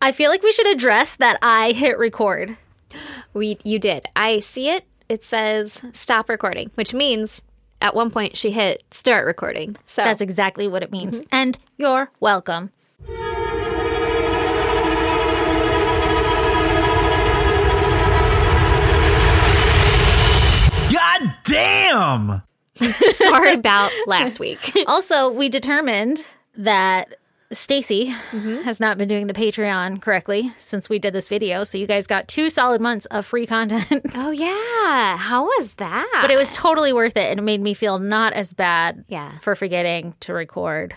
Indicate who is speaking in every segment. Speaker 1: I feel like we should address that I hit record.
Speaker 2: We you did. I see it. It says stop recording, which means at one point she hit start recording. So
Speaker 1: That's exactly what it means.
Speaker 2: Mm-hmm.
Speaker 1: And you're welcome.
Speaker 3: God damn!
Speaker 2: sorry about last week.
Speaker 1: Also, we determined that Stacy
Speaker 2: Mm-hmm.
Speaker 1: has not been doing the Patreon correctly since we did this video. So you guys got two solid months of free content.
Speaker 2: oh yeah. How was that?
Speaker 1: but it was totally worth it and it made me feel not as bad
Speaker 2: Yeah.
Speaker 1: for forgetting to record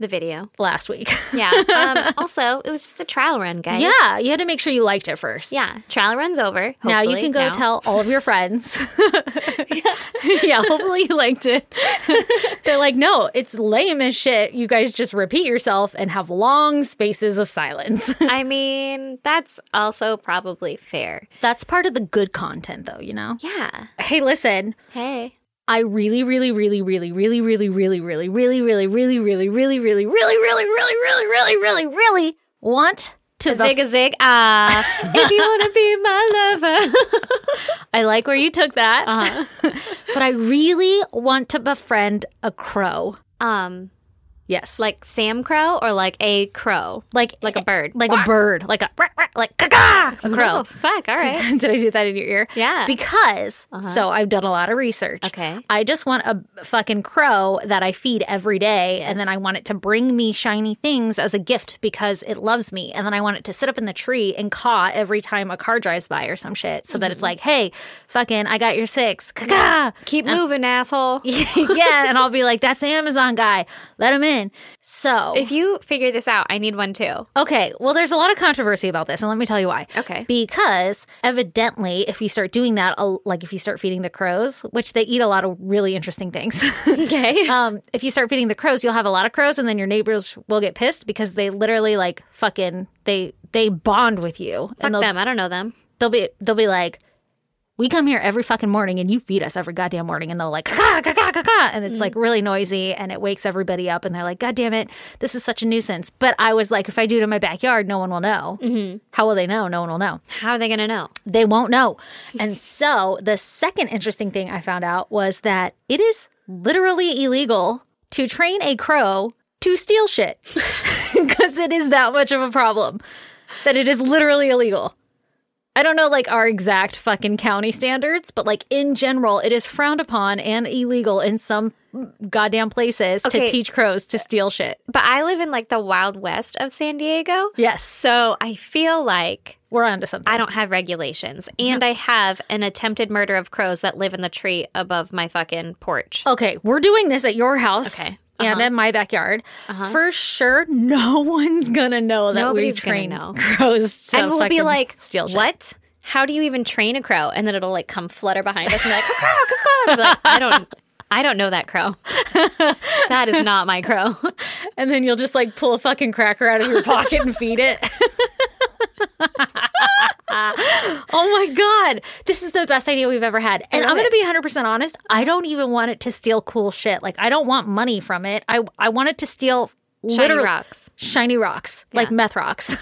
Speaker 2: the video.
Speaker 1: last week.
Speaker 2: Yeah. Um, also, it was just a trial run, guys.
Speaker 1: yeah, you had to make sure you liked it first.
Speaker 2: Yeah. Trial run's over.
Speaker 1: Now you
Speaker 2: hopefully,
Speaker 1: can go
Speaker 2: now.
Speaker 1: tell all of your friends. yeah. hopefully you liked it. They're like, no, it's lame as shit. You guys just repeat yourself and have long spaces of silence.
Speaker 2: I mean, that's also probably fair.
Speaker 1: That's part of the good content, though, you know?
Speaker 2: Yeah.
Speaker 1: Hey, listen,
Speaker 2: Hey.
Speaker 1: I really, really, really, really, really, really, really, really, really, really, really, really, really, really, really, really, really, really, really, really, really want to
Speaker 2: Zig a zig
Speaker 1: uh,
Speaker 2: ah. if you want to be my lover. Uh-huh.
Speaker 1: I like where you took that. But I really want to befriend a crow.
Speaker 2: Um,
Speaker 1: Yes. Like
Speaker 2: like Sam Crow or like a crow? Like like a bird.
Speaker 1: like a bird. Like a like caca a
Speaker 2: crow.
Speaker 1: crow.
Speaker 2: fuck. All right.
Speaker 1: Did I do that in your ear?
Speaker 2: Yeah. Uh-huh.
Speaker 1: Because so I've done a lot of research.
Speaker 2: Okay.
Speaker 1: I just want a fucking crow that I feed every day and then I want it to bring me shiny things as a gift because it loves me and then I want it to sit up in the tree and caw every time a car drives by or some shit so that
Speaker 2: Mm-hmm.
Speaker 1: it's like, "Hey, fucking I got your 6." Caca.
Speaker 2: Keep moving, asshole.
Speaker 1: yeah, and I'll be like, "That's the Amazon guy. Let him in." So,
Speaker 2: If you figure this out, I need one too.
Speaker 1: Okay, well, there's a lot of controversy about this, and let me tell you why.
Speaker 2: Okay.
Speaker 1: Because evidently, if you start doing that, a- like if you start feeding the crows, which they eat a lot of really interesting things.
Speaker 2: Okay.
Speaker 1: um, if you start feeding the crows, you'll have a lot of crows, and then your neighbors will get pissed because they literally like fucking they they bond with you,
Speaker 2: Fuck
Speaker 1: and they'll
Speaker 2: them. I don't know them.
Speaker 1: they'll be they'll be like, we come here every fucking morning, and you feed us every goddamn morning, and they'll like ka ka ka ka, and it's like really noisy, and it wakes everybody up, and they're like, God damn it, this is such a nuisance. But I was like, if I do it in my backyard, no one will know. How will they know? No one will know.
Speaker 2: How are they gonna know?
Speaker 1: They won't know. and so the second interesting thing I found out was that it is literally illegal to train a crow to steal shit because it is that much of a problem that it is literally illegal. I don't know like our exact fucking county standards, but like in general, it is frowned upon and illegal in some goddamn places to
Speaker 2: Okay.
Speaker 1: teach crows to steal shit.
Speaker 2: But I live in like the wild west of San Diego.
Speaker 1: Yes,
Speaker 2: So I feel like
Speaker 1: we're onto something.
Speaker 2: I don't have regulations, and I have an attempted murder of crows that live in the tree above my fucking porch.
Speaker 1: Okay, we're doing this at your house.
Speaker 2: Okay. Uh-huh.
Speaker 1: And in my backyard, for sure, no one's gonna know that
Speaker 2: Nobody's
Speaker 1: we
Speaker 2: gonna
Speaker 1: train
Speaker 2: know.
Speaker 1: crows, to
Speaker 2: and we'll be
Speaker 1: fucking
Speaker 2: like,
Speaker 1: steal shit.
Speaker 2: what? How do you even train a crow? And then it'll like come flutter behind us and be like, "Caw, caw, caw," and be like, I don't, I don't know that crow. that is not my crow.
Speaker 1: And then you'll just like pull a fucking cracker out of your pocket and feed it. oh my god, this is the best idea we've ever had. And I'm
Speaker 2: love
Speaker 1: gonna be 100 percent honest. I don't even want it to steal cool shit. Like I don't want money from it. I I want it to steal
Speaker 2: Shiny
Speaker 1: literally
Speaker 2: rocks.
Speaker 1: shiny rocks, like meth rocks,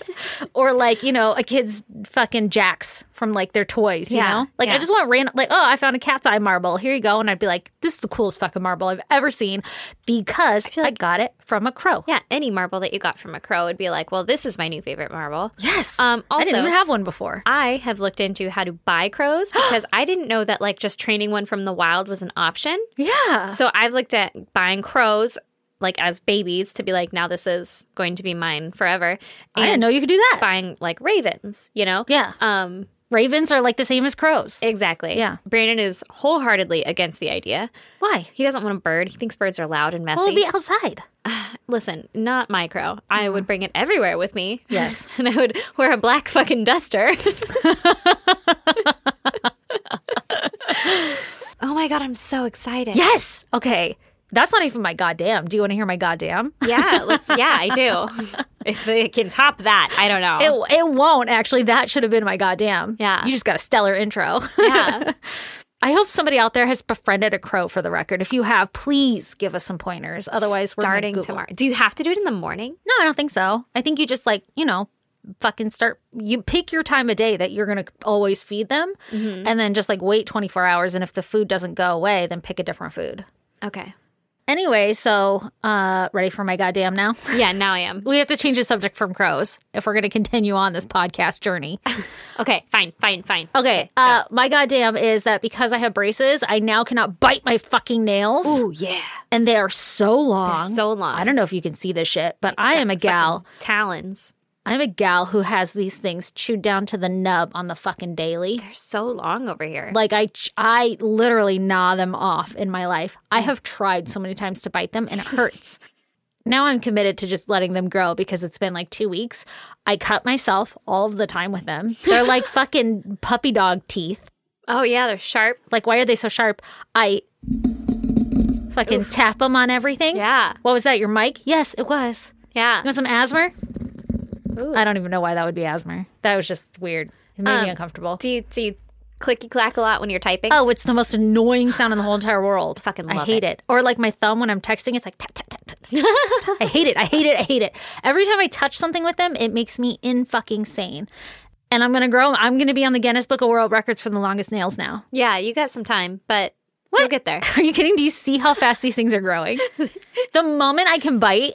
Speaker 1: or like you know a kid's fucking jacks from like their toys. You
Speaker 2: Yeah,
Speaker 1: know, like I
Speaker 2: yeah.
Speaker 1: just want random, like oh, I found a cat's eye marble. Here you go, and I'd be like, this is the coolest fucking marble I've ever seen because I, got it from a crow.
Speaker 2: Yeah, any marble that you got from a crow would be like, well, this is my new favorite marble.
Speaker 1: Yes.
Speaker 2: Um,
Speaker 1: I didn't
Speaker 2: also-
Speaker 1: even have one before.
Speaker 2: I have looked into how to buy crows because I didn't know that like just training one from the wild was an option.
Speaker 1: Yeah.
Speaker 2: So I've looked at buying crows like as babies to be like, now this is going to be mine forever. And
Speaker 1: I didn't know you could do that.
Speaker 2: buying like ravens, you know?
Speaker 1: Yeah.
Speaker 2: Um,
Speaker 1: Ravens are like the same as crows.
Speaker 2: Exactly.
Speaker 1: Yeah.
Speaker 2: Brandon is wholeheartedly against the idea.
Speaker 1: Why?
Speaker 2: He doesn't want a bird. He thinks birds are loud and messy.
Speaker 1: Well, it'll be outside.
Speaker 2: Listen, not micro. I would bring it everywhere with me.
Speaker 1: Yes.
Speaker 2: and I would wear a black fucking duster. oh my god, I'm so excited.
Speaker 1: Yes. Okay. That's not even my goddamn. Do you want to hear my goddamn?
Speaker 2: Yeah, let's, yeah, I do. If they can top that, I don't know.
Speaker 1: It, it won't actually. That should have been my goddamn.
Speaker 2: Yeah.
Speaker 1: You just got a stellar intro.
Speaker 2: yeah.
Speaker 1: I hope somebody out there has befriended a crow for the record. If you have, please give us some pointers. Otherwise, we're gonna
Speaker 2: Starting
Speaker 1: Google.
Speaker 2: tomorrow. Do you have to do it in the morning?
Speaker 1: No, I don't think so. I think you just like, you know, fucking start you pick your time of day that you're going to always feed them
Speaker 2: Mm-hmm.
Speaker 1: and then just like wait 24 hours and if the food doesn't go away, then pick a different food.
Speaker 2: Okay.
Speaker 1: Anyway, so uh ready for my goddamn now?
Speaker 2: Yeah, now I am.
Speaker 1: We have to change the subject from crows if we're going to continue on this podcast journey.
Speaker 2: Okay, fine, fine, fine.
Speaker 1: Okay, uh my goddamn is that because I have braces, I now cannot bite my fucking nails.
Speaker 2: Oh yeah.
Speaker 1: and they are so long.
Speaker 2: so long.
Speaker 1: I don't know if you can see this shit, but I am a gal.
Speaker 2: Talons.
Speaker 1: I'm a gal who has these things chewed down to the nub on the fucking daily.
Speaker 2: They're so long over here.
Speaker 1: Like I, ch- I literally gnaw them off in my life. I have tried so many times to bite them, and it hurts. now I'm committed to just letting them grow because it's been like two weeks. I cut myself all of the time with them. They're like fucking puppy dog teeth.
Speaker 2: oh yeah, they're sharp.
Speaker 1: Like why are they so sharp? I fucking tap them on everything.
Speaker 2: Yeah.
Speaker 1: What was that? Your mic? Yes, it was.
Speaker 2: Yeah.
Speaker 1: You want some asthma? I don't even know why that would be asthma. That was just weird. It made me uncomfortable.
Speaker 2: Do you do you clicky clack a lot when you're typing?
Speaker 1: oh, it's the most annoying sound in the whole entire world.
Speaker 2: Fucking
Speaker 1: I
Speaker 2: love
Speaker 1: hate it. Or like my thumb when I'm texting, it's like tat tat tat tat. I hate it. I hate it. I hate it. Every time I touch something with them, it makes me in fucking sane. And I'm gonna grow. I'm gonna be on the Guinness Book of World Records for the longest nails now.
Speaker 2: Yeah, you got some time, but you'll get there.
Speaker 1: Are you kidding? Do you see how fast these things are growing? the moment I can bite,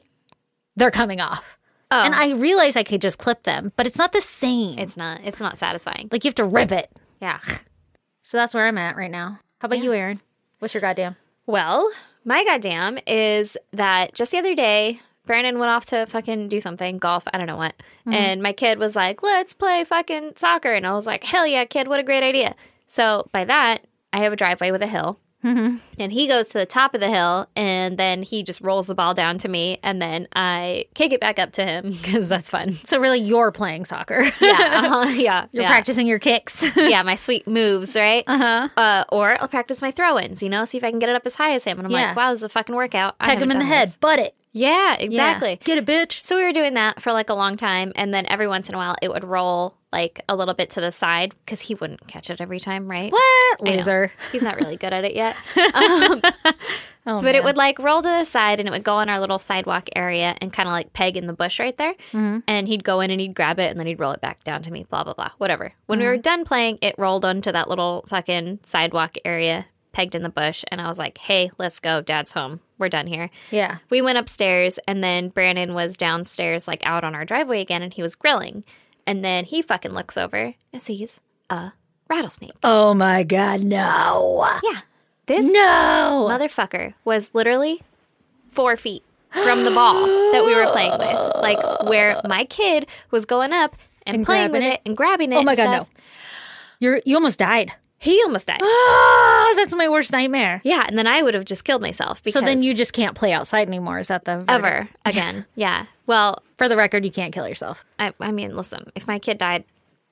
Speaker 1: they're coming off. And I realize I could just clip them, but it's not the same.
Speaker 2: It's not it's not satisfying.
Speaker 1: Like you have to rip it.
Speaker 2: Yeah.
Speaker 1: So that's where I'm at right now. How about you, Aaron? What's your goddamn?
Speaker 2: Well, my goddamn is that just the other day, Brandon went off to fucking do something, golf, I don't know what. And my kid was like, let's play fucking soccer. And I was like, hell yeah, kid, what a great idea. So by that, I have a driveway with a hill. And he goes to the top of the hill and then he just rolls the ball down to me. And then I kick it back up to him because that's fun.
Speaker 1: So really, you're playing soccer.
Speaker 2: Yeah. uh-huh, yeah.
Speaker 1: you're
Speaker 2: yeah.
Speaker 1: practicing your kicks.
Speaker 2: yeah, my sweet moves, right? Uh-huh. Uh Or I'll practice my throw ins, you know, see if I can get it up as high as him. And I'm
Speaker 1: Yeah.
Speaker 2: like, wow, this is a fucking workout. I
Speaker 1: Peck him
Speaker 2: haven't
Speaker 1: in the
Speaker 2: done
Speaker 1: head.
Speaker 2: this.
Speaker 1: Butt it.
Speaker 2: Yeah,
Speaker 1: Yeah.
Speaker 2: exactly.
Speaker 1: Get a bitch.
Speaker 2: So we were doing that for like a long time. And then every once in a while, it would roll like a little bit to the side because he wouldn't catch it every time, right?
Speaker 1: What?
Speaker 2: I know.
Speaker 1: Loser.
Speaker 2: He's not really good at it yet. Um,
Speaker 1: Oh,
Speaker 2: But it would like roll to the side and it would go on our little sidewalk area and kind of like peg in the bush right there. And he'd go in and he'd grab it and then he'd roll it back down to me, blah, blah, blah, whatever. When we were done playing, it rolled onto that little fucking sidewalk area pegged in the bush. And I was like, hey, let's go. Dad's home. We're done here.
Speaker 1: Yeah.
Speaker 2: We went upstairs and then Brandon was downstairs, like out on our driveway again, and he was grilling. And then he fucking looks over and sees a rattlesnake.
Speaker 1: Oh my god, no,
Speaker 2: Yeah. This
Speaker 1: no.
Speaker 2: motherfucker was literally four feet from the ball that we were playing with, like where my kid was going up and,
Speaker 1: And
Speaker 2: playing with
Speaker 1: grabbing
Speaker 2: it.
Speaker 1: it.
Speaker 2: and grabbing it.
Speaker 1: Oh my
Speaker 2: and
Speaker 1: god, no.
Speaker 2: stuff.
Speaker 1: You're you almost died.
Speaker 2: He almost died.
Speaker 1: Ah, that's my worst nightmare.
Speaker 2: yeah, and then I would have just killed myself. Because
Speaker 1: So then you just can't play outside anymore. Is that the verdict?
Speaker 2: ever again? Yeah. Well,
Speaker 1: For the record, you can't kill yourself.
Speaker 2: I, I mean, listen, if my kid died,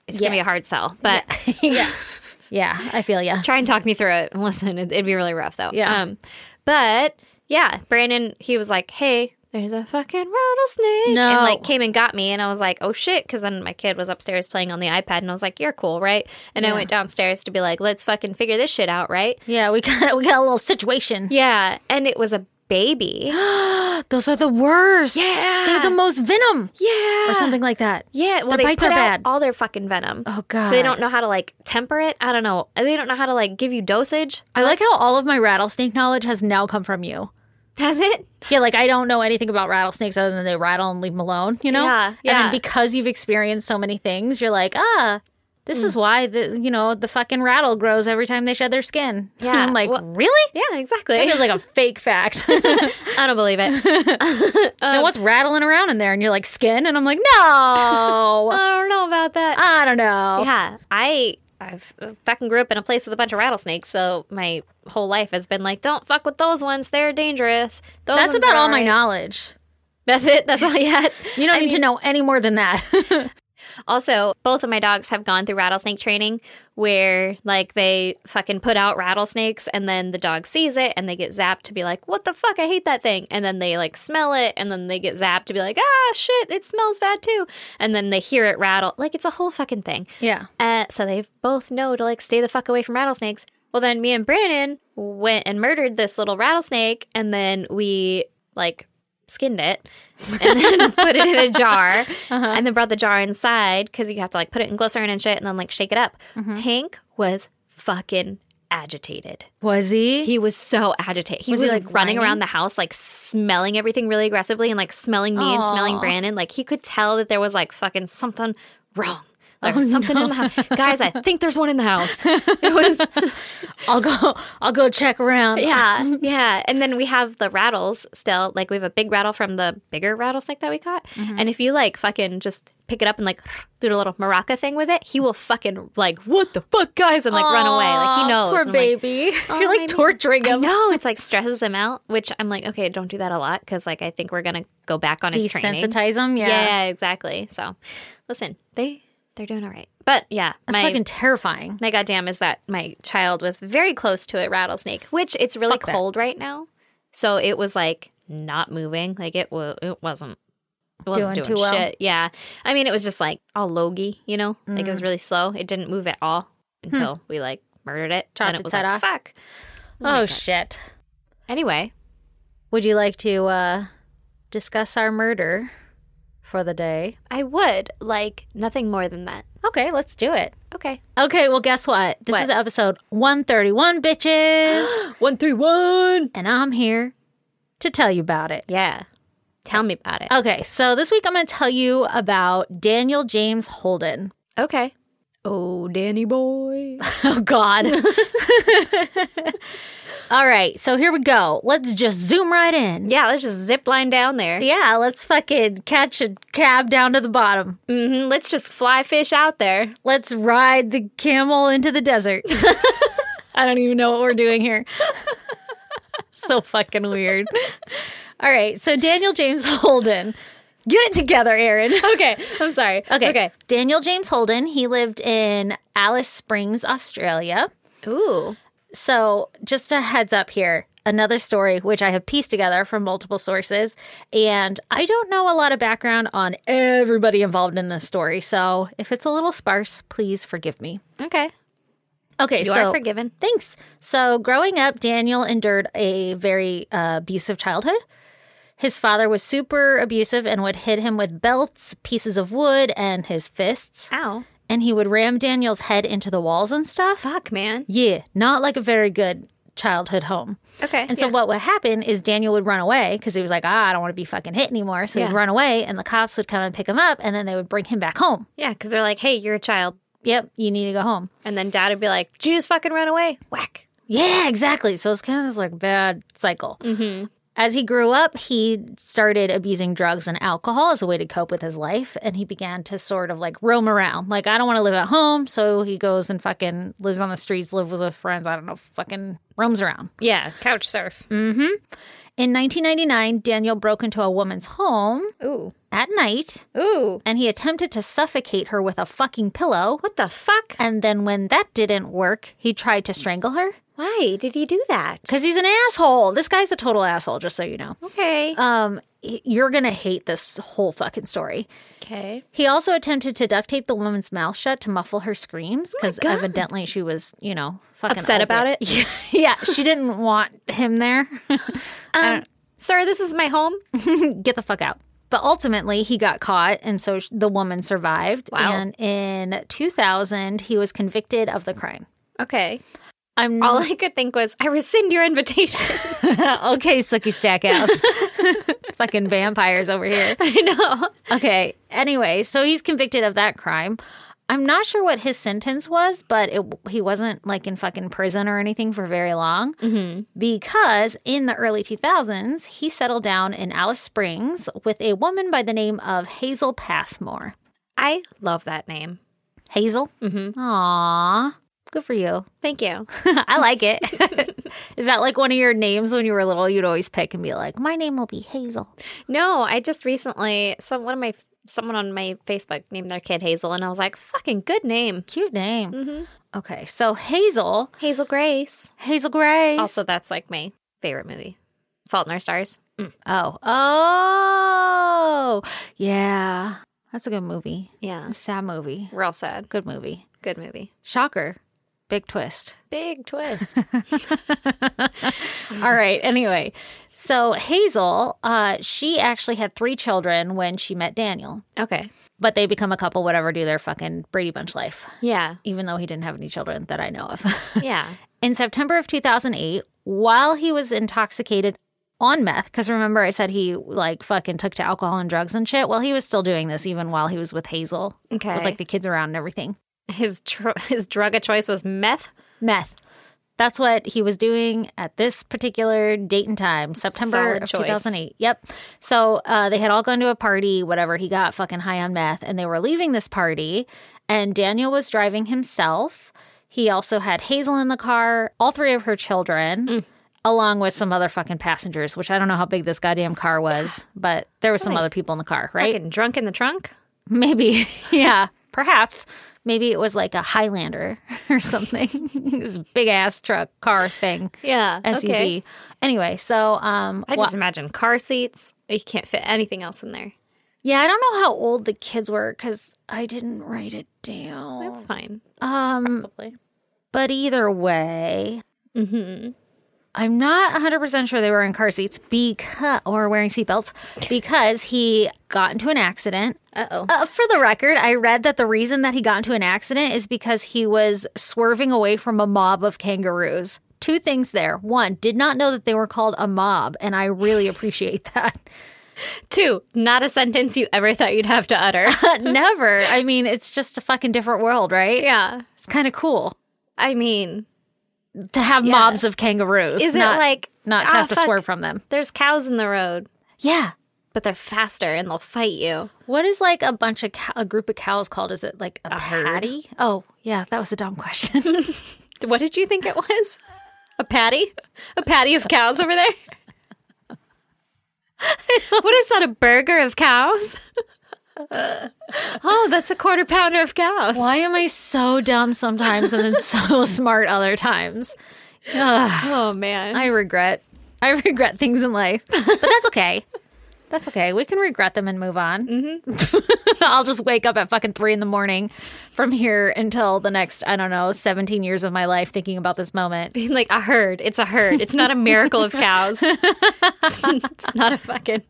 Speaker 2: it's
Speaker 1: Yeah.
Speaker 2: gonna be a hard sell. But
Speaker 1: yeah, yeah, I feel you.
Speaker 2: try and talk me through it. Listen, it, it'd be really rough though.
Speaker 1: Yeah.
Speaker 2: Um, but yeah, Brandon, he was like, "Hey, there's a fucking rattlesnake,"
Speaker 1: No.
Speaker 2: and like came and got me, and I was like, "Oh shit!" Because then my kid was upstairs playing on the iPad, and I was like, "You're cool, right?" And I went downstairs to be like, "Let's fucking figure this shit out, right?"
Speaker 1: Yeah, we got we got a little situation.
Speaker 2: Yeah, and it was a baby.
Speaker 1: Those are the worst.
Speaker 2: Yeah.
Speaker 1: They're the most venom
Speaker 2: yeah,
Speaker 1: or something like that.
Speaker 2: Yeah, well,
Speaker 1: Their
Speaker 2: they
Speaker 1: bites
Speaker 2: put
Speaker 1: are
Speaker 2: out
Speaker 1: bad.
Speaker 2: all their fucking venom.
Speaker 1: Oh,
Speaker 2: So they
Speaker 1: God.
Speaker 2: don't know how to like temper it. I don't know. They don't know how to like give you dosage.
Speaker 1: I like how all of my rattlesnake knowledge has now come from you.
Speaker 2: Has it?
Speaker 1: Yeah, like I don't know anything about rattlesnakes other than they rattle and leave them alone, you know?
Speaker 2: Yeah,
Speaker 1: And then
Speaker 2: yeah.
Speaker 1: because you've experienced so many things, you're like, ah, this
Speaker 2: Mm.
Speaker 1: is why the you know, the fucking rattle grows every time they shed their skin.
Speaker 2: Yeah,
Speaker 1: I'm like,
Speaker 2: well-
Speaker 1: really?
Speaker 2: Yeah, exactly.
Speaker 1: That feels like a fake fact.
Speaker 2: I don't believe it.
Speaker 1: then
Speaker 2: Um,
Speaker 1: what's rattling around in there? And you're like, skin? And I'm like, no.
Speaker 2: I don't know about that.
Speaker 1: I don't know.
Speaker 2: yeah, I I've uh, fucking grew up in a place with a bunch of rattlesnakes, so my whole life has been like, don't fuck with those ones. They're dangerous. Those
Speaker 1: That's
Speaker 2: ones
Speaker 1: about
Speaker 2: are
Speaker 1: all my
Speaker 2: alright."
Speaker 1: knowledge.
Speaker 2: That's it. That's all you had.
Speaker 1: You don't need to know any more than that.
Speaker 2: Also, both of my dogs have gone through rattlesnake training where like they fucking put out rattlesnakes and then the dog sees it and they get zapped to be like, "What the fuck? I hate that thing." And then they like smell it and then they get zapped to be like, "Ah, shit, it smells bad too." And then they hear it rattle. Like it's a whole fucking thing.
Speaker 1: yeah.
Speaker 2: Uh, so they both know to like stay the fuck away from rattlesnakes. Well, then me and Brandon went and murdered this little rattlesnake, and then we like skinned it and then put it in a jar, and then brought the jar inside because you have to like put it in glycerin and shit, and then like shake it up. Hank was fucking agitated.
Speaker 1: Was he?
Speaker 2: He was so agitated. He
Speaker 1: Was
Speaker 2: was,
Speaker 1: he,
Speaker 2: like
Speaker 1: like,
Speaker 2: running
Speaker 1: whining?
Speaker 2: around the house, like smelling everything really aggressively and like smelling me and smelling Brandon. Like he could tell that there was like fucking something wrong. Like
Speaker 1: Oh,
Speaker 2: something in the house. Guys, I think there's one in the house. It was
Speaker 1: I'll go. I'll go check around.
Speaker 2: yeah, yeah. And then we have the rattles still. Like we have a big rattle from the bigger rattlesnake that we caught.
Speaker 1: Mm-hmm.
Speaker 2: And if you like fucking just pick it up and like do a little maraca thing with it, he will fucking like what the fuck, guys, and like run away. Like he knows.
Speaker 1: Poor
Speaker 2: And I'm like, "Oh,
Speaker 1: baby. You're like
Speaker 2: maybe-
Speaker 1: torturing him.
Speaker 2: No, it's like stresses him out, which I'm like, okay, don't do that a lot because like I think we're gonna go back on his training.
Speaker 1: Desensitize him. Yeah.
Speaker 2: Yeah. exactly. So, listen, they they're doing all right, but yeah,
Speaker 1: That's
Speaker 2: my Oh
Speaker 1: fucking terrifying.
Speaker 2: my goddamn is that my child was very close to a rattlesnake, which it's really
Speaker 1: Fuck that.
Speaker 2: cold right now, so it was like not moving, like it wa it wasn't. It wasn't
Speaker 1: Doing
Speaker 2: doing,
Speaker 1: too well.
Speaker 2: shit. Yeah. I mean, it was just like all logy, you know? Like
Speaker 1: Mm.
Speaker 2: it was really slow. It didn't move at all until we like murdered it.
Speaker 1: Chopped
Speaker 2: then it
Speaker 1: Hmm. its
Speaker 2: was
Speaker 1: head
Speaker 2: like,
Speaker 1: off.
Speaker 2: fuck.
Speaker 1: Oh, shit.
Speaker 2: Anyway,
Speaker 1: Would you like to uh, discuss our murder for the day?
Speaker 2: I would like nothing more than that.
Speaker 1: Okay, let's do it.
Speaker 2: Okay.
Speaker 1: Okay, well, guess what? This is
Speaker 2: What?
Speaker 1: episode 131, bitches.
Speaker 2: One three one.
Speaker 1: and I'm here to tell you about it.
Speaker 2: Yeah. Tell me about it.
Speaker 1: Okay, so this week I'm going to tell you about Daniel James Holden.
Speaker 2: Okay. Oh, Danny boy.
Speaker 1: Oh, God. All right, so here we go. Let's just zoom right in.
Speaker 2: yeah, let's just zip line down there.
Speaker 1: Yeah, let's fucking catch a cab down to the bottom.
Speaker 2: hmm Let's just fly fish out there.
Speaker 1: Let's ride the camel into the desert. I don't even know what we're doing here. so fucking weird. All right. So Daniel James Holden. Get it together, Aaron.
Speaker 2: Okay. I'm sorry.
Speaker 1: Okay.
Speaker 2: Okay.
Speaker 1: Daniel James Holden, he lived in Alice Springs, Australia.
Speaker 2: Ooh.
Speaker 1: So, just a heads up here another story which I have pieced together from multiple sources. And I don't know a lot of background on everybody involved in this story. So, if it's a little sparse, please forgive me.
Speaker 2: Okay.
Speaker 1: Okay,
Speaker 2: You
Speaker 1: so
Speaker 2: are forgiven.
Speaker 1: Thanks. So, growing up, Daniel endured a very uh, abusive childhood. His father was super abusive and would hit him with belts, pieces of wood, and his fists.
Speaker 2: Ow.
Speaker 1: And he would ram Daniel's head into the walls and stuff.
Speaker 2: Fuck, man.
Speaker 1: Yeah, not like a very good childhood home.
Speaker 2: Okay.
Speaker 1: And so,
Speaker 2: yeah.
Speaker 1: what would happen is Daniel would run away because he was like, ah, I don't want to be fucking hit anymore. So, he'd
Speaker 2: Yeah.
Speaker 1: run away, and the cops would come and pick him up, and then they would bring him back home.
Speaker 2: Yeah, because they're like, hey, you're a child.
Speaker 1: Yep, you need to go home.
Speaker 2: And then dad would be like, did you just fucking run away? Whack.
Speaker 1: Yeah, exactly. So it's kind of this like bad cycle. Mm-hmm. As he grew up, he started abusing drugs and alcohol as a way to cope with his life, and he began to sort of like roam around. Like, I don't want to live at home, so he goes and fucking lives on the streets, lives with friends. I don't know, fucking roams around.
Speaker 2: Yeah. Couch surf.
Speaker 1: In 1999, Daniel broke into a woman's home
Speaker 2: Ooh.
Speaker 1: at night,
Speaker 2: Ooh.
Speaker 1: and he attempted to suffocate her with a fucking pillow.
Speaker 2: What the fuck?
Speaker 1: And then when that didn't work, he tried to strangle her.
Speaker 2: Why did he do that?
Speaker 1: Because he's an asshole. This guy's a total asshole, just so you know.
Speaker 2: Okay.
Speaker 1: Um, y- you're gonna hate this whole fucking story.
Speaker 2: Okay.
Speaker 1: He also attempted to duct tape the woman's mouth shut to muffle her screams because evidently she was, you know, fucking
Speaker 2: Oh Upset about it?
Speaker 1: Yeah, yeah, she didn't want him there.
Speaker 2: Um, sir, this is my home.
Speaker 1: Get the fuck out. But ultimately, he got caught, and so sh- the woman survived.
Speaker 2: Wow.
Speaker 1: And in 2000, he was convicted of the crime.
Speaker 2: Okay.
Speaker 1: I'm
Speaker 2: All I could think was, I rescind your invitation.
Speaker 1: okay, Sookie Stackhouse. fucking vampires over here.
Speaker 2: I know.
Speaker 1: Okay. Anyway, so he's convicted of that crime. I'm not sure what his sentence was, but it, he wasn't like in fucking prison or anything for very long
Speaker 2: Mm-hmm.
Speaker 1: because in the early 2000s, he settled down in Alice Springs with a woman by the name of Hazel Passmore.
Speaker 2: I love that name.
Speaker 1: Hazel? Mm-hmm. Aww. Good for you.
Speaker 2: Thank you.
Speaker 1: I like it. Is that like one of your names when you were little? You'd always pick and be like, my name will be Hazel.
Speaker 2: No, I just recently some one of my someone on my Facebook named their kid Hazel, and I was like, "Fucking good name,
Speaker 1: Cute name. Okay. So Hazel,
Speaker 2: Hazel Grace."
Speaker 1: Hazel Gray.
Speaker 2: Also, that's like my favorite movie, Fault in Our Stars. Mm.
Speaker 1: Oh, oh, yeah. That's a good movie.
Speaker 2: Yeah,
Speaker 1: A sad movie.
Speaker 2: real sad.
Speaker 1: Good movie.
Speaker 2: Good movie.
Speaker 1: Shocker. Big twist.
Speaker 2: Big twist.
Speaker 1: All right. Anyway, so Hazel, uh, she actually had three children when she met Daniel,
Speaker 2: okay.
Speaker 1: but they become a couple, whatever, do their fucking Brady Bunch life,
Speaker 2: Yeah.
Speaker 1: even though he didn't have any children that I know of.
Speaker 2: Yeah.
Speaker 1: in September of 2008, while he was intoxicated on meth, because remember I said he like fucking took to alcohol and drugs and shit? Well, he was still doing this even while he was with Hazel,
Speaker 2: Okay.
Speaker 1: with like the kids around and everything.
Speaker 2: his tr- his drug of choice was meth.
Speaker 1: Meth. That's what he was doing at this particular date and time, September
Speaker 2: Solid
Speaker 1: of
Speaker 2: choice.
Speaker 1: 2008. Yep. So uh, they had all gone to a party, whatever. He got fucking high on meth, and they were leaving this party. And Daniel was driving himself. He also had Hazel in the car, all three of her children,
Speaker 2: Mm.
Speaker 1: along with some other fucking passengers, which I don't know how big this goddamn car was, but there was some other people in the car, right?
Speaker 2: Fucking drunk in the trunk.
Speaker 1: Maybe. Yeah. Perhaps. Maybe it was like a Highlander or something. it was a big ass truck car thing.
Speaker 2: Yeah.
Speaker 1: SUV.
Speaker 2: okay.
Speaker 1: Anyway, so um
Speaker 2: I
Speaker 1: wha-
Speaker 2: just imagine car seats. You can't fit anything else in there.
Speaker 1: yeah, I don't know how old the kids were cuz I didn't write it down.
Speaker 2: That's fine.
Speaker 1: Oh. um
Speaker 2: Probably.
Speaker 1: but either way,
Speaker 2: Mm-hmm.
Speaker 1: I'm not 100% sure they were in car seats because or wearing seatbelts because he got into an accident
Speaker 2: Uh oh.
Speaker 1: Uh, for the record, I read that the reason that he got into an accident is because he was swerving away from a mob of kangaroos. Two things there. One, did not know that they were called a mob, and I really appreciate that.
Speaker 2: Two. Not a sentence you ever thought you'd have to utter.
Speaker 1: Never. I mean, it's just a fucking different world, right?
Speaker 2: yeah.
Speaker 1: It's kind of cool
Speaker 2: I mean,
Speaker 1: to have mobs of kangaroos.
Speaker 2: is
Speaker 1: not,
Speaker 2: it like
Speaker 1: not to
Speaker 2: "Ah,
Speaker 1: have to
Speaker 2: fuck,
Speaker 1: swerve from them?
Speaker 2: There's cows in the road,
Speaker 1: Yeah.
Speaker 2: but they're faster and they'll fight you.
Speaker 1: What is like a bunch of cow- a group of cows called? Is it like a,
Speaker 2: herd.
Speaker 1: patty? Oh, yeah, that was a dumb question.
Speaker 2: What did you think it was? A patty? A patty of cows over there? what is that? A burger of cows? oh, that's a quarter pounder of cows.
Speaker 1: Why am I so dumb sometimes and then so smart other times? Ugh,
Speaker 2: Oh man.
Speaker 1: I regret. I regret things in life, but that's okay. That's okay. We can regret them and move on. I'll just wake up at fucking three in the morning from here until the next, I don't know, 17 years of my life thinking about this moment.
Speaker 2: Being like a herd. It's a herd. It's not a miracle of cows. it's not a fucking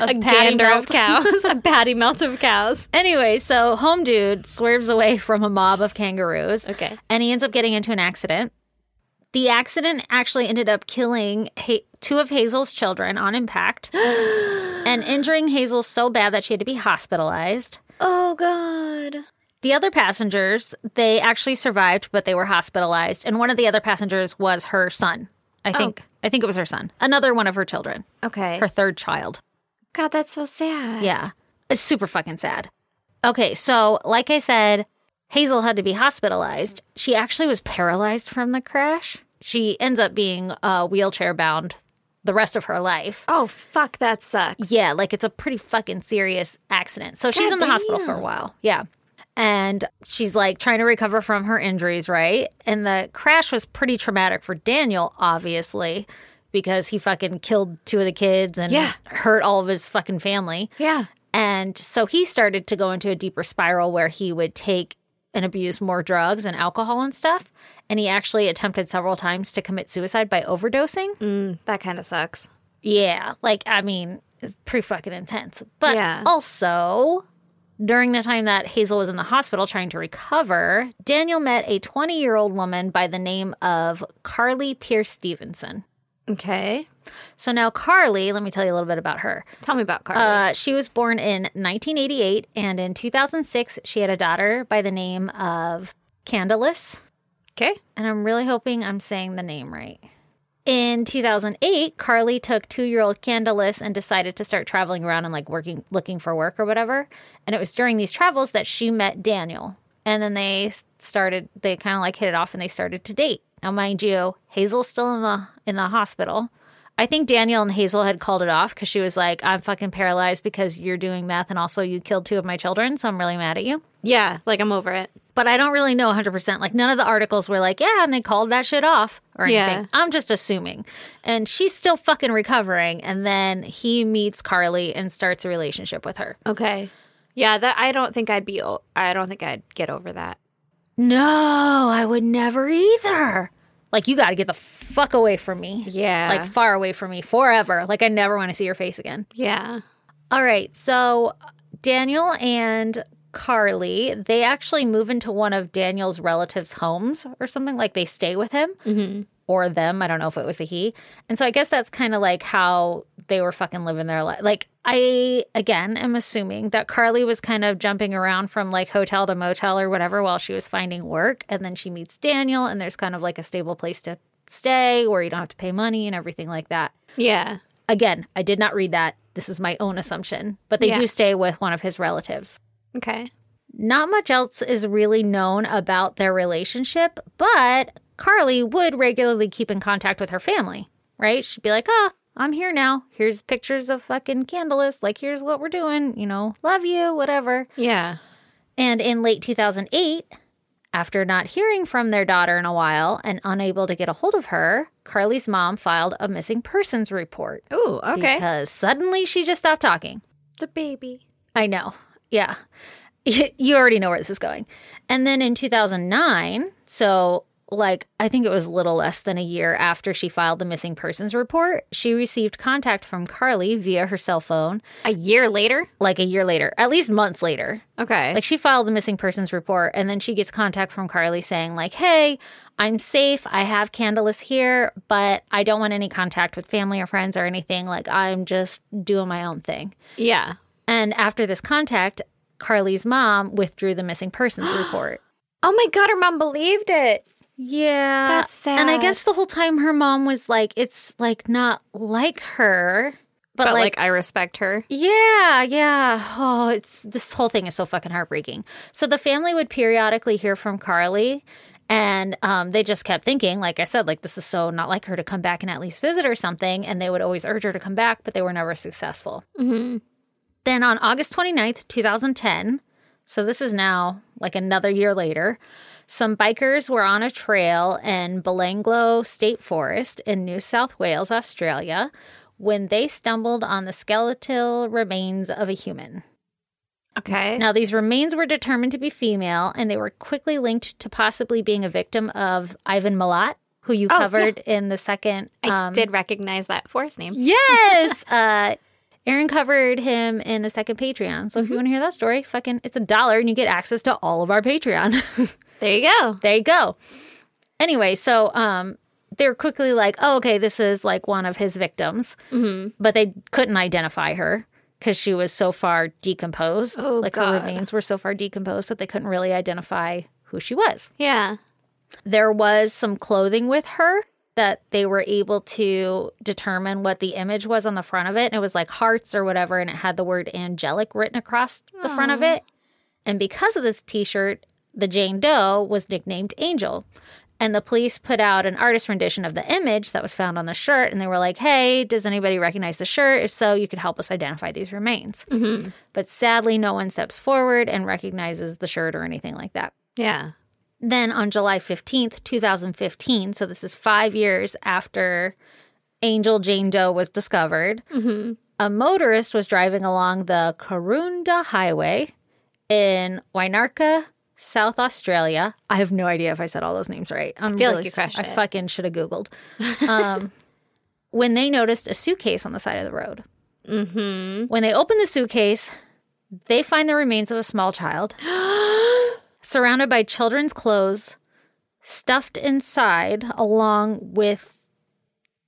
Speaker 2: a gander
Speaker 1: melt.
Speaker 2: of cows. A patty melt of cows.
Speaker 1: Anyway, so home dude swerves away from a mob of kangaroos.
Speaker 2: Okay.
Speaker 1: And he ends up getting into an accident. The accident actually ended up killing ha- two of Hazel's children on impact and injuring Hazel so bad that she had to be hospitalized.
Speaker 2: Oh god.
Speaker 1: The other passengers, they actually survived, but they were hospitalized. And one of the other passengers was her son. I think I think it was her son. Another one of her children,
Speaker 2: Oh. Okay.
Speaker 1: her third child.
Speaker 2: God, that's so sad.
Speaker 1: Yeah. It's super fucking sad. Okay, so like I said, Hazel had to be hospitalized. She actually was paralyzed from the crash. She ends up being uh, wheelchair bound the rest of her life.
Speaker 2: Oh fuck, that sucks.
Speaker 1: Yeah, like it's a pretty fucking serious accident. So she's
Speaker 2: God
Speaker 1: in the hospital for a
Speaker 2: damn.
Speaker 1: while. Yeah. And she's like trying to recover from her injuries, right? And the crash was pretty traumatic for Daniel, obviously, because he fucking killed two of the kids and
Speaker 2: Yeah.
Speaker 1: hurt all of his fucking family.
Speaker 2: Yeah.
Speaker 1: And so he started to go into a deeper spiral where he would take and abuse more drugs and alcohol and stuff. And he actually attempted several times to commit suicide by overdosing.
Speaker 2: That kind of sucks.
Speaker 1: Yeah. Like, I mean, it's pretty fucking intense. But
Speaker 2: Yeah.
Speaker 1: also, during the time that Hazel was in the hospital trying to recover, Daniel met a 20 year old woman by the name of Carly Pierce Stevenson.
Speaker 2: Okay.
Speaker 1: So now, Carly, let me tell you a little bit about her.
Speaker 2: Tell me about Carly.
Speaker 1: Uh, she was born in 1988, and in 2006, she had a daughter by the name of Candace.
Speaker 2: okay.
Speaker 1: And I'm really hoping I'm saying the name right. In 2008, Carly took two year old Candace and decided to start traveling around and like working, looking for work or whatever. And it was during these travels that she met Daniel. And then they s- started, they kind of like hit it off and they started to date. Now, mind you, Hazel's still in the in the hospital. I think Daniel and Hazel had called it off because she was like, "I'm fucking paralyzed because you're doing meth and also you killed two of my children, so I'm really mad at you."
Speaker 2: Yeah, like I'm over it.
Speaker 1: but I don't really know 100%. Like, none of the articles were like, yeah, and they called that shit off or anything.
Speaker 2: Yeah.
Speaker 1: I'm just assuming. And she's still fucking recovering. And then he meets Carly and starts a relationship with her.
Speaker 2: Okay. Yeah, that I don't think I'd be o- I don't think I'd get over that.
Speaker 1: No, I would never either. Like, you got to get the fuck away from me.
Speaker 2: Yeah.
Speaker 1: Like, far away from me forever. Like, I never want to see your face again.
Speaker 2: Yeah.
Speaker 1: All right. So, Daniel and Carly, they actually move into one of Daniel's relatives' homes or something. Like, they stay with him
Speaker 2: mm-hmm.
Speaker 1: or them. I don't know if it was a he. And so, I guess that's kind of like how they were fucking living their life. Like, I, again, am assuming that Carly was kind of jumping around from like hotel to motel or whatever while she was finding work. And then she meets Daniel, and there's kind of like a stable place to stay where you don't have to pay money and everything like that
Speaker 2: Yeah.
Speaker 1: again, I did not read that. This is my own assumption, but they
Speaker 2: Yeah.
Speaker 1: do stay with one of his relatives.
Speaker 2: Okay.
Speaker 1: Not much else is really known about their relationship, but Carly would regularly keep in contact with her family, right? She'd be like, oh, I'm here now. Here's pictures of fucking Candlelist. Like, here's what we're doing. You know, love you, whatever.
Speaker 2: Yeah.
Speaker 1: And in late 2008, after not hearing from their daughter in a while and unable to get a hold of her, Carly's mom filed a missing persons report.
Speaker 2: Ooh, okay.
Speaker 1: Because suddenly she just stopped talking.
Speaker 2: the baby.
Speaker 1: I know. Yeah. You already know where this is going. And then in 2009, so like I think it was a little less than a year after she filed the missing persons report, she received contact from Carly via her cell phone
Speaker 2: A year later?
Speaker 1: like a year later, at least months later.
Speaker 2: Okay.
Speaker 1: Like she filed the missing persons report and then she gets contact from Carly saying like, "Hey, I'm safe. I have Candlelis here, but I don't want any contact with family or friends or anything. Like I'm just doing my own thing."
Speaker 2: yeah.
Speaker 1: And after this contact, Carly's mom withdrew the missing persons report.
Speaker 2: Oh my god, her mom believed it.
Speaker 1: Yeah.
Speaker 2: That's
Speaker 1: And I
Speaker 2: sad.
Speaker 1: guess the whole time her mom was like, it's like not like her, but,
Speaker 2: But
Speaker 1: like,
Speaker 2: like, I respect her.
Speaker 1: yeah, yeah. Oh, it's this whole thing is so fucking heartbreaking. So the family would periodically hear from Carly. And um, they just kept thinking, like I said, like this is so not like her to come back and at least visit or something. And they would always urge her to come back, but they were never successful.
Speaker 2: Mm-hmm.
Speaker 1: Then on August 29th, 2010, so this is now like another year later, some bikers were on a trail in Belanglo State Forest in New South Wales, Australia, when they stumbled on the skeletal remains of a human.
Speaker 2: Okay.
Speaker 1: Now, these remains were determined to be female, and they were quickly linked to possibly being a victim of Ivan Milat, who you
Speaker 2: Oh, yeah.
Speaker 1: covered in the second.
Speaker 2: I
Speaker 1: um,
Speaker 2: did recognize that forest name.
Speaker 1: Yes. uh, Aaron covered him in the second Patreon. So if you
Speaker 2: Mm-hmm.
Speaker 1: want to hear that story, fucking, it's a dollar and you get access to all of our Patreon.
Speaker 2: There you go.
Speaker 1: there you go. Anyway, so um, they're quickly like, oh, okay, this is like one of his victims,
Speaker 2: Mm-hmm.
Speaker 1: but they couldn't identify her because she was so far decomposed.
Speaker 2: Oh,
Speaker 1: like her
Speaker 2: God.
Speaker 1: remains were so far decomposed that they couldn't really identify who she was
Speaker 2: Yeah.
Speaker 1: there was some clothing with her that they were able to determine what the image was on the front of it. And it was like hearts or whatever. And it had the word angelic written across the front of it. And because of this t shirt, the Jane Doe was nicknamed Angel. And the police put out an artist rendition of the image that was found on the shirt. And they were like, hey, does anybody recognize the shirt? If so, you could help us identify these remains.
Speaker 2: Mm-hmm.
Speaker 1: But sadly, no one steps forward and recognizes the shirt or anything like that.
Speaker 2: Yeah.
Speaker 1: Then on July 15th, 2015, so this is five years after Angel Jane Doe was discovered,
Speaker 2: Mm-hmm.
Speaker 1: a motorist was driving along the Karunda Highway in Wainarka, South Australia. I have no idea if I said all those names right. I'm
Speaker 2: feel like
Speaker 1: really
Speaker 2: you
Speaker 1: s-
Speaker 2: crushed
Speaker 1: I
Speaker 2: it.
Speaker 1: fucking should have Googled. Um, when they noticed a suitcase on the side of the road.
Speaker 2: Mm-hmm.
Speaker 1: When they open the suitcase, they find the remains of a small child surrounded by children's clothes stuffed inside along with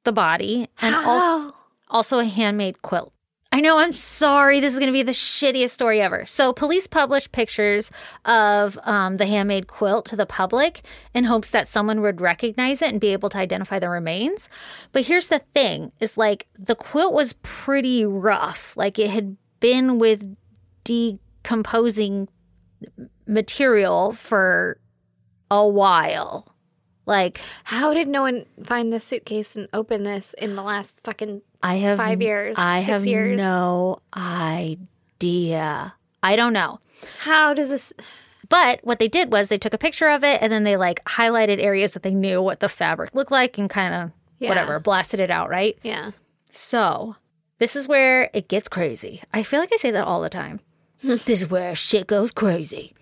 Speaker 1: the body and also
Speaker 2: How?
Speaker 1: also a handmade quilt. I know, I'm sorry. This is going to be the shittiest story ever. So, police published pictures of um, the handmade quilt to the public in hopes that someone would recognize it and be able to identify the remains. But here's the thing is like the quilt was pretty rough. Like, it had been with decomposing material for a while. Like,
Speaker 2: How did no one find this suitcase and open this in the last fucking?
Speaker 1: I have
Speaker 2: Five years,
Speaker 1: I
Speaker 2: six
Speaker 1: have
Speaker 2: years.
Speaker 1: no idea. I don't know.
Speaker 2: How does this?
Speaker 1: But what they did was they took a picture of it and then they like highlighted areas that they knew what the fabric looked like and kind of
Speaker 2: Yeah.
Speaker 1: whatever blasted it out, right?
Speaker 2: Yeah.
Speaker 1: So this is where it gets crazy. I feel like I say that all the time. this is where shit goes crazy.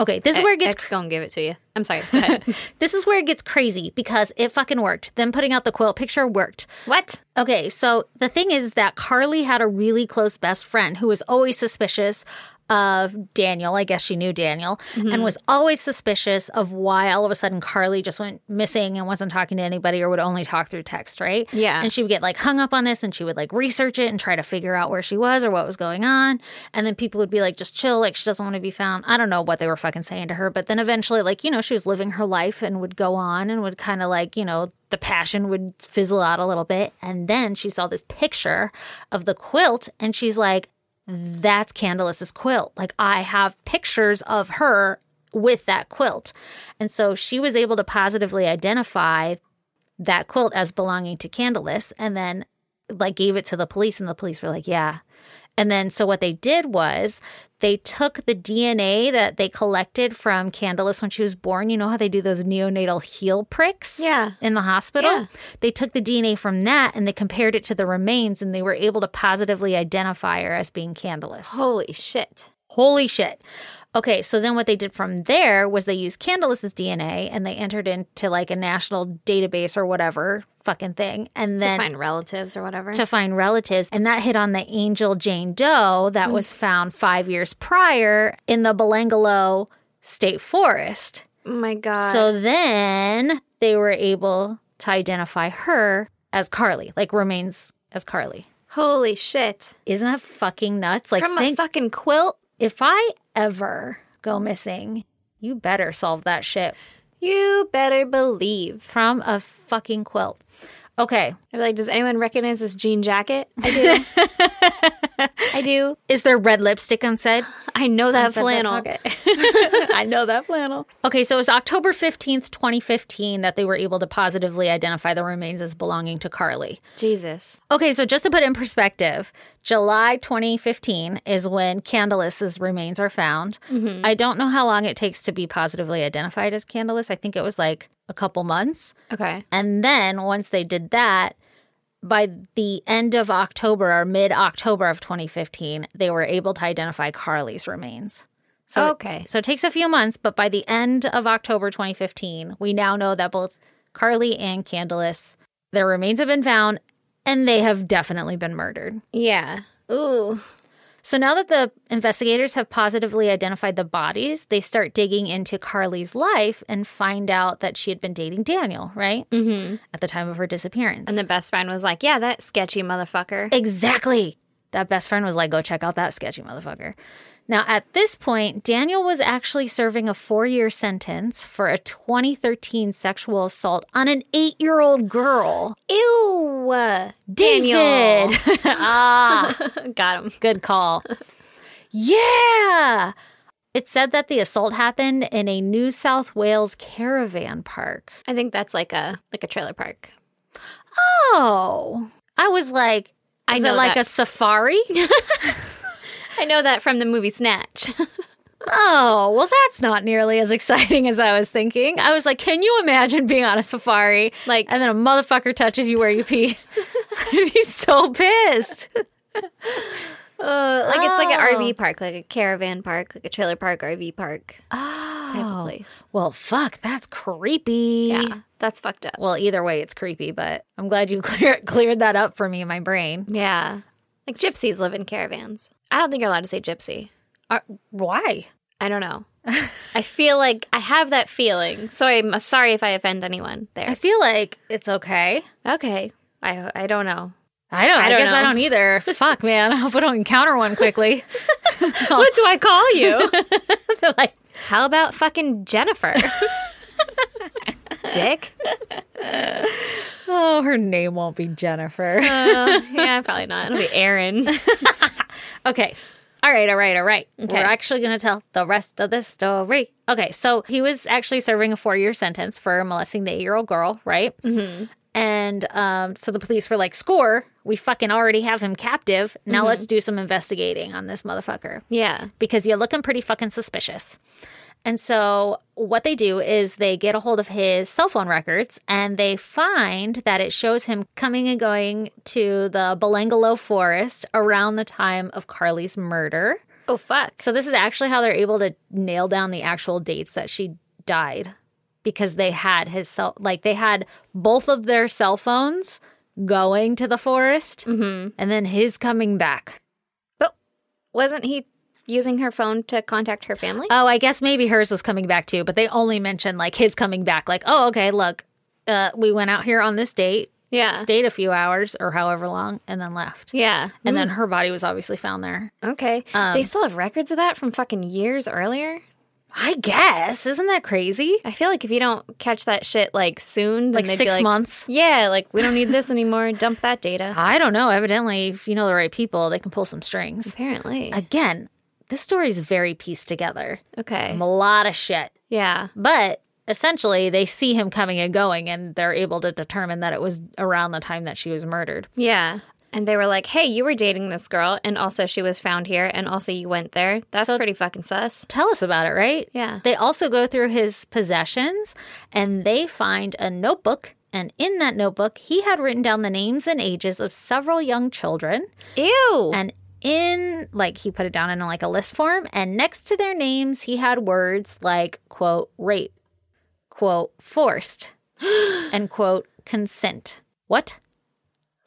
Speaker 1: Okay, this is where it gets
Speaker 2: X gonna give it to you. I'm sorry. Go ahead.
Speaker 1: this is where it gets crazy because it fucking worked. Them putting out the quilt picture worked.
Speaker 2: what?
Speaker 1: Okay, so the thing is that Carly had a really close best friend who was always suspicious of Daniel. I guess she knew Daniel and was always suspicious of why all of a sudden Carly just went missing and wasn't talking to anybody or would only talk through text, right?
Speaker 2: Yeah.
Speaker 1: And she would get like hung up on this and she would like research it and try to figure out where she was or what was going on. And then people would be like, just chill, like she doesn't want to be found. I don't know what they were fucking saying to her. But then eventually, like, you know, she was living her life and would go on and would kind of like, you know, the passion would fizzle out a little bit. And then she saw this picture of the quilt and she's like, that's Candace's quilt. Like I have pictures of her with that quilt. And so she was able to positively identify that quilt as belonging to Candleless and then like gave it to the police and the police were like, "Yeah." And then so what they did was they took the DNA that they collected from Candleless when she was born. You know how they do those neonatal heel pricks?
Speaker 2: Yeah.
Speaker 1: in the hospital.
Speaker 2: Yeah.
Speaker 1: They took the DNA from that and they compared it to the remains and they were able to positively identify her as being Candleless.
Speaker 2: Holy shit.
Speaker 1: Holy shit. Okay, so then what they did from there was they used Candace's DNA and they entered into like a national database or whatever fucking thing. And then
Speaker 2: to find relatives or whatever.
Speaker 1: to find relatives. And that hit on the angel Jane Doe
Speaker 2: Mm.
Speaker 1: that was found five years prior in the Belangalo State Forest.
Speaker 2: oh my god.
Speaker 1: So then they were able to identify her as Carly, like remains as Carly.
Speaker 2: Holy shit.
Speaker 1: Isn't that fucking nuts? Like,
Speaker 2: From a
Speaker 1: think
Speaker 2: fucking quilt.
Speaker 1: if I ever go missing, you better solve that shit
Speaker 2: You better believe.
Speaker 1: from a fucking quilt. Okay.
Speaker 2: I'd be like, does anyone recognize this jean jacket? I do. I do.
Speaker 1: Is there red lipstick on said?
Speaker 2: I know that
Speaker 1: Said that
Speaker 2: flannel.
Speaker 1: pocket.
Speaker 2: I know that flannel.
Speaker 1: Okay, so it was October 15th, 2015 that they were able to positively identify the remains as belonging to Carly.
Speaker 2: Jesus.
Speaker 1: Okay, so just to put it in perspective, July 2015 is when Candleless's remains are found. I don't know how long it takes to be positively identified as Candleless. I think it was like a couple months.
Speaker 2: Okay.
Speaker 1: And then once they did that, by the end of October or mid October of 2015, they were able to identify Carly's remains. So
Speaker 2: Okay.
Speaker 1: It, so it takes a few months, but by the end of October 2015, we now know that both Carly and Candleless, their remains have been found and they have definitely been murdered.
Speaker 2: Yeah. Ooh.
Speaker 1: So now that the investigators have positively identified the bodies, they start digging into Carly's life and find out that she had been dating Daniel, right? Mm-hmm. At the time of her disappearance.
Speaker 2: And the best friend was like, yeah, that sketchy motherfucker.
Speaker 1: Exactly. That best friend was like, go check out that sketchy motherfucker. Now, at this point, Daniel was actually serving a four year sentence for a 2013 sexual assault on an eight year old girl.
Speaker 2: Ew. Daniel.
Speaker 1: David. ah,
Speaker 2: Got him.
Speaker 1: good call. Yeah. It said that the assault happened in a New South Wales caravan park.
Speaker 2: I think that's like a like a trailer park.
Speaker 1: Oh. I was like,
Speaker 2: I
Speaker 1: is
Speaker 2: know
Speaker 1: it like
Speaker 2: that.
Speaker 1: a safari?
Speaker 2: I know that from the movie Snatch.
Speaker 1: Oh, well, that's not nearly as exciting as I was thinking. I was like, can you imagine being on a safari?
Speaker 2: Like-
Speaker 1: and then a motherfucker touches you where you pee. I'd be so pissed.
Speaker 2: like it's like an
Speaker 1: Oh.
Speaker 2: RV park, like a caravan park, like a trailer park, RV park type of place.
Speaker 1: Well, fuck, that's creepy.
Speaker 2: Oh. Yeah, that's fucked up.
Speaker 1: Well, either way, it's creepy, but I'm glad you clear- cleared that up for me in my brain.
Speaker 2: Yeah, like gypsies live in caravans. I don't think you're allowed to say gypsy.
Speaker 1: Uh, why?
Speaker 2: I don't know. I feel like I have that feeling, so I'm sorry if I offend anyone
Speaker 1: I
Speaker 2: there.
Speaker 1: feel like it's okay.
Speaker 2: Okay, I I don't know.
Speaker 1: I don't. I,
Speaker 2: don't
Speaker 1: guess I
Speaker 2: know.
Speaker 1: don't either. Fuck, man. I hope I don't encounter one quickly.
Speaker 2: What do I call you?
Speaker 1: like,
Speaker 2: How about fucking Jennifer? Dick?
Speaker 1: oh, her name won't be Jennifer.
Speaker 2: Uh, yeah, probably not. It'll be Aaron.
Speaker 1: Okay. All right, all right, all right. We're actually going to tell the rest of the story. Okay, so he was actually serving a four year sentence for molesting the eight year old girl, right? Mm-hmm. And um, so the police were like, score, we fucking already have him captive. Now let's do some investigating on this motherfucker
Speaker 2: Yeah.
Speaker 1: because you're looking pretty fucking suspicious. And so, what they do is they get a hold of his cell phone records and they find that it shows him coming and going to the Belangalo forest around the time of Carly's murder.
Speaker 2: Oh fuck.
Speaker 1: So this is actually how they're able to nail down the actual dates that she died because they had his cell like they had both of their cell phones going to the forest
Speaker 2: Mm-hmm.
Speaker 1: and then his coming back.
Speaker 2: But wasn't he using her phone to contact her family?
Speaker 1: Oh, I guess maybe hers was coming back too, but they only mentioned like his coming back like, "Oh, okay, look, uh we went out here on this date,
Speaker 2: yeah.
Speaker 1: stayed a few hours or however long and then left."
Speaker 2: Yeah.
Speaker 1: And then her body was obviously found there.
Speaker 2: Okay. they still have records of that from fucking years earlier.
Speaker 1: I guess. Isn't that crazy?
Speaker 2: I feel like if you don't catch that shit like soon, then
Speaker 1: Like
Speaker 2: they'd be
Speaker 1: 6 months.
Speaker 2: Yeah, like we don't need this anymore. Dump that data.
Speaker 1: I don't know. Evidently, if you know the right people, they can pull some strings.
Speaker 2: Apparently.
Speaker 1: Again, this story is very pieced together.
Speaker 2: Okay.
Speaker 1: A lot of shit.
Speaker 2: Yeah.
Speaker 1: But essentially, they see him coming and going, and they're able to determine that it was around the time that she was murdered.
Speaker 2: Yeah. And they were like, hey, you were dating this girl, and also she was found here, and also you went there. That's pretty fucking sus.
Speaker 1: Tell us about it, right?
Speaker 2: Yeah.
Speaker 1: They also go through his possessions and they find a notebook. And in that notebook, he had written down the names and ages of several young children.
Speaker 2: Ew.
Speaker 1: and in like he put it down in like a list form and next to their names he had words like quote rape quote forced and quote consent what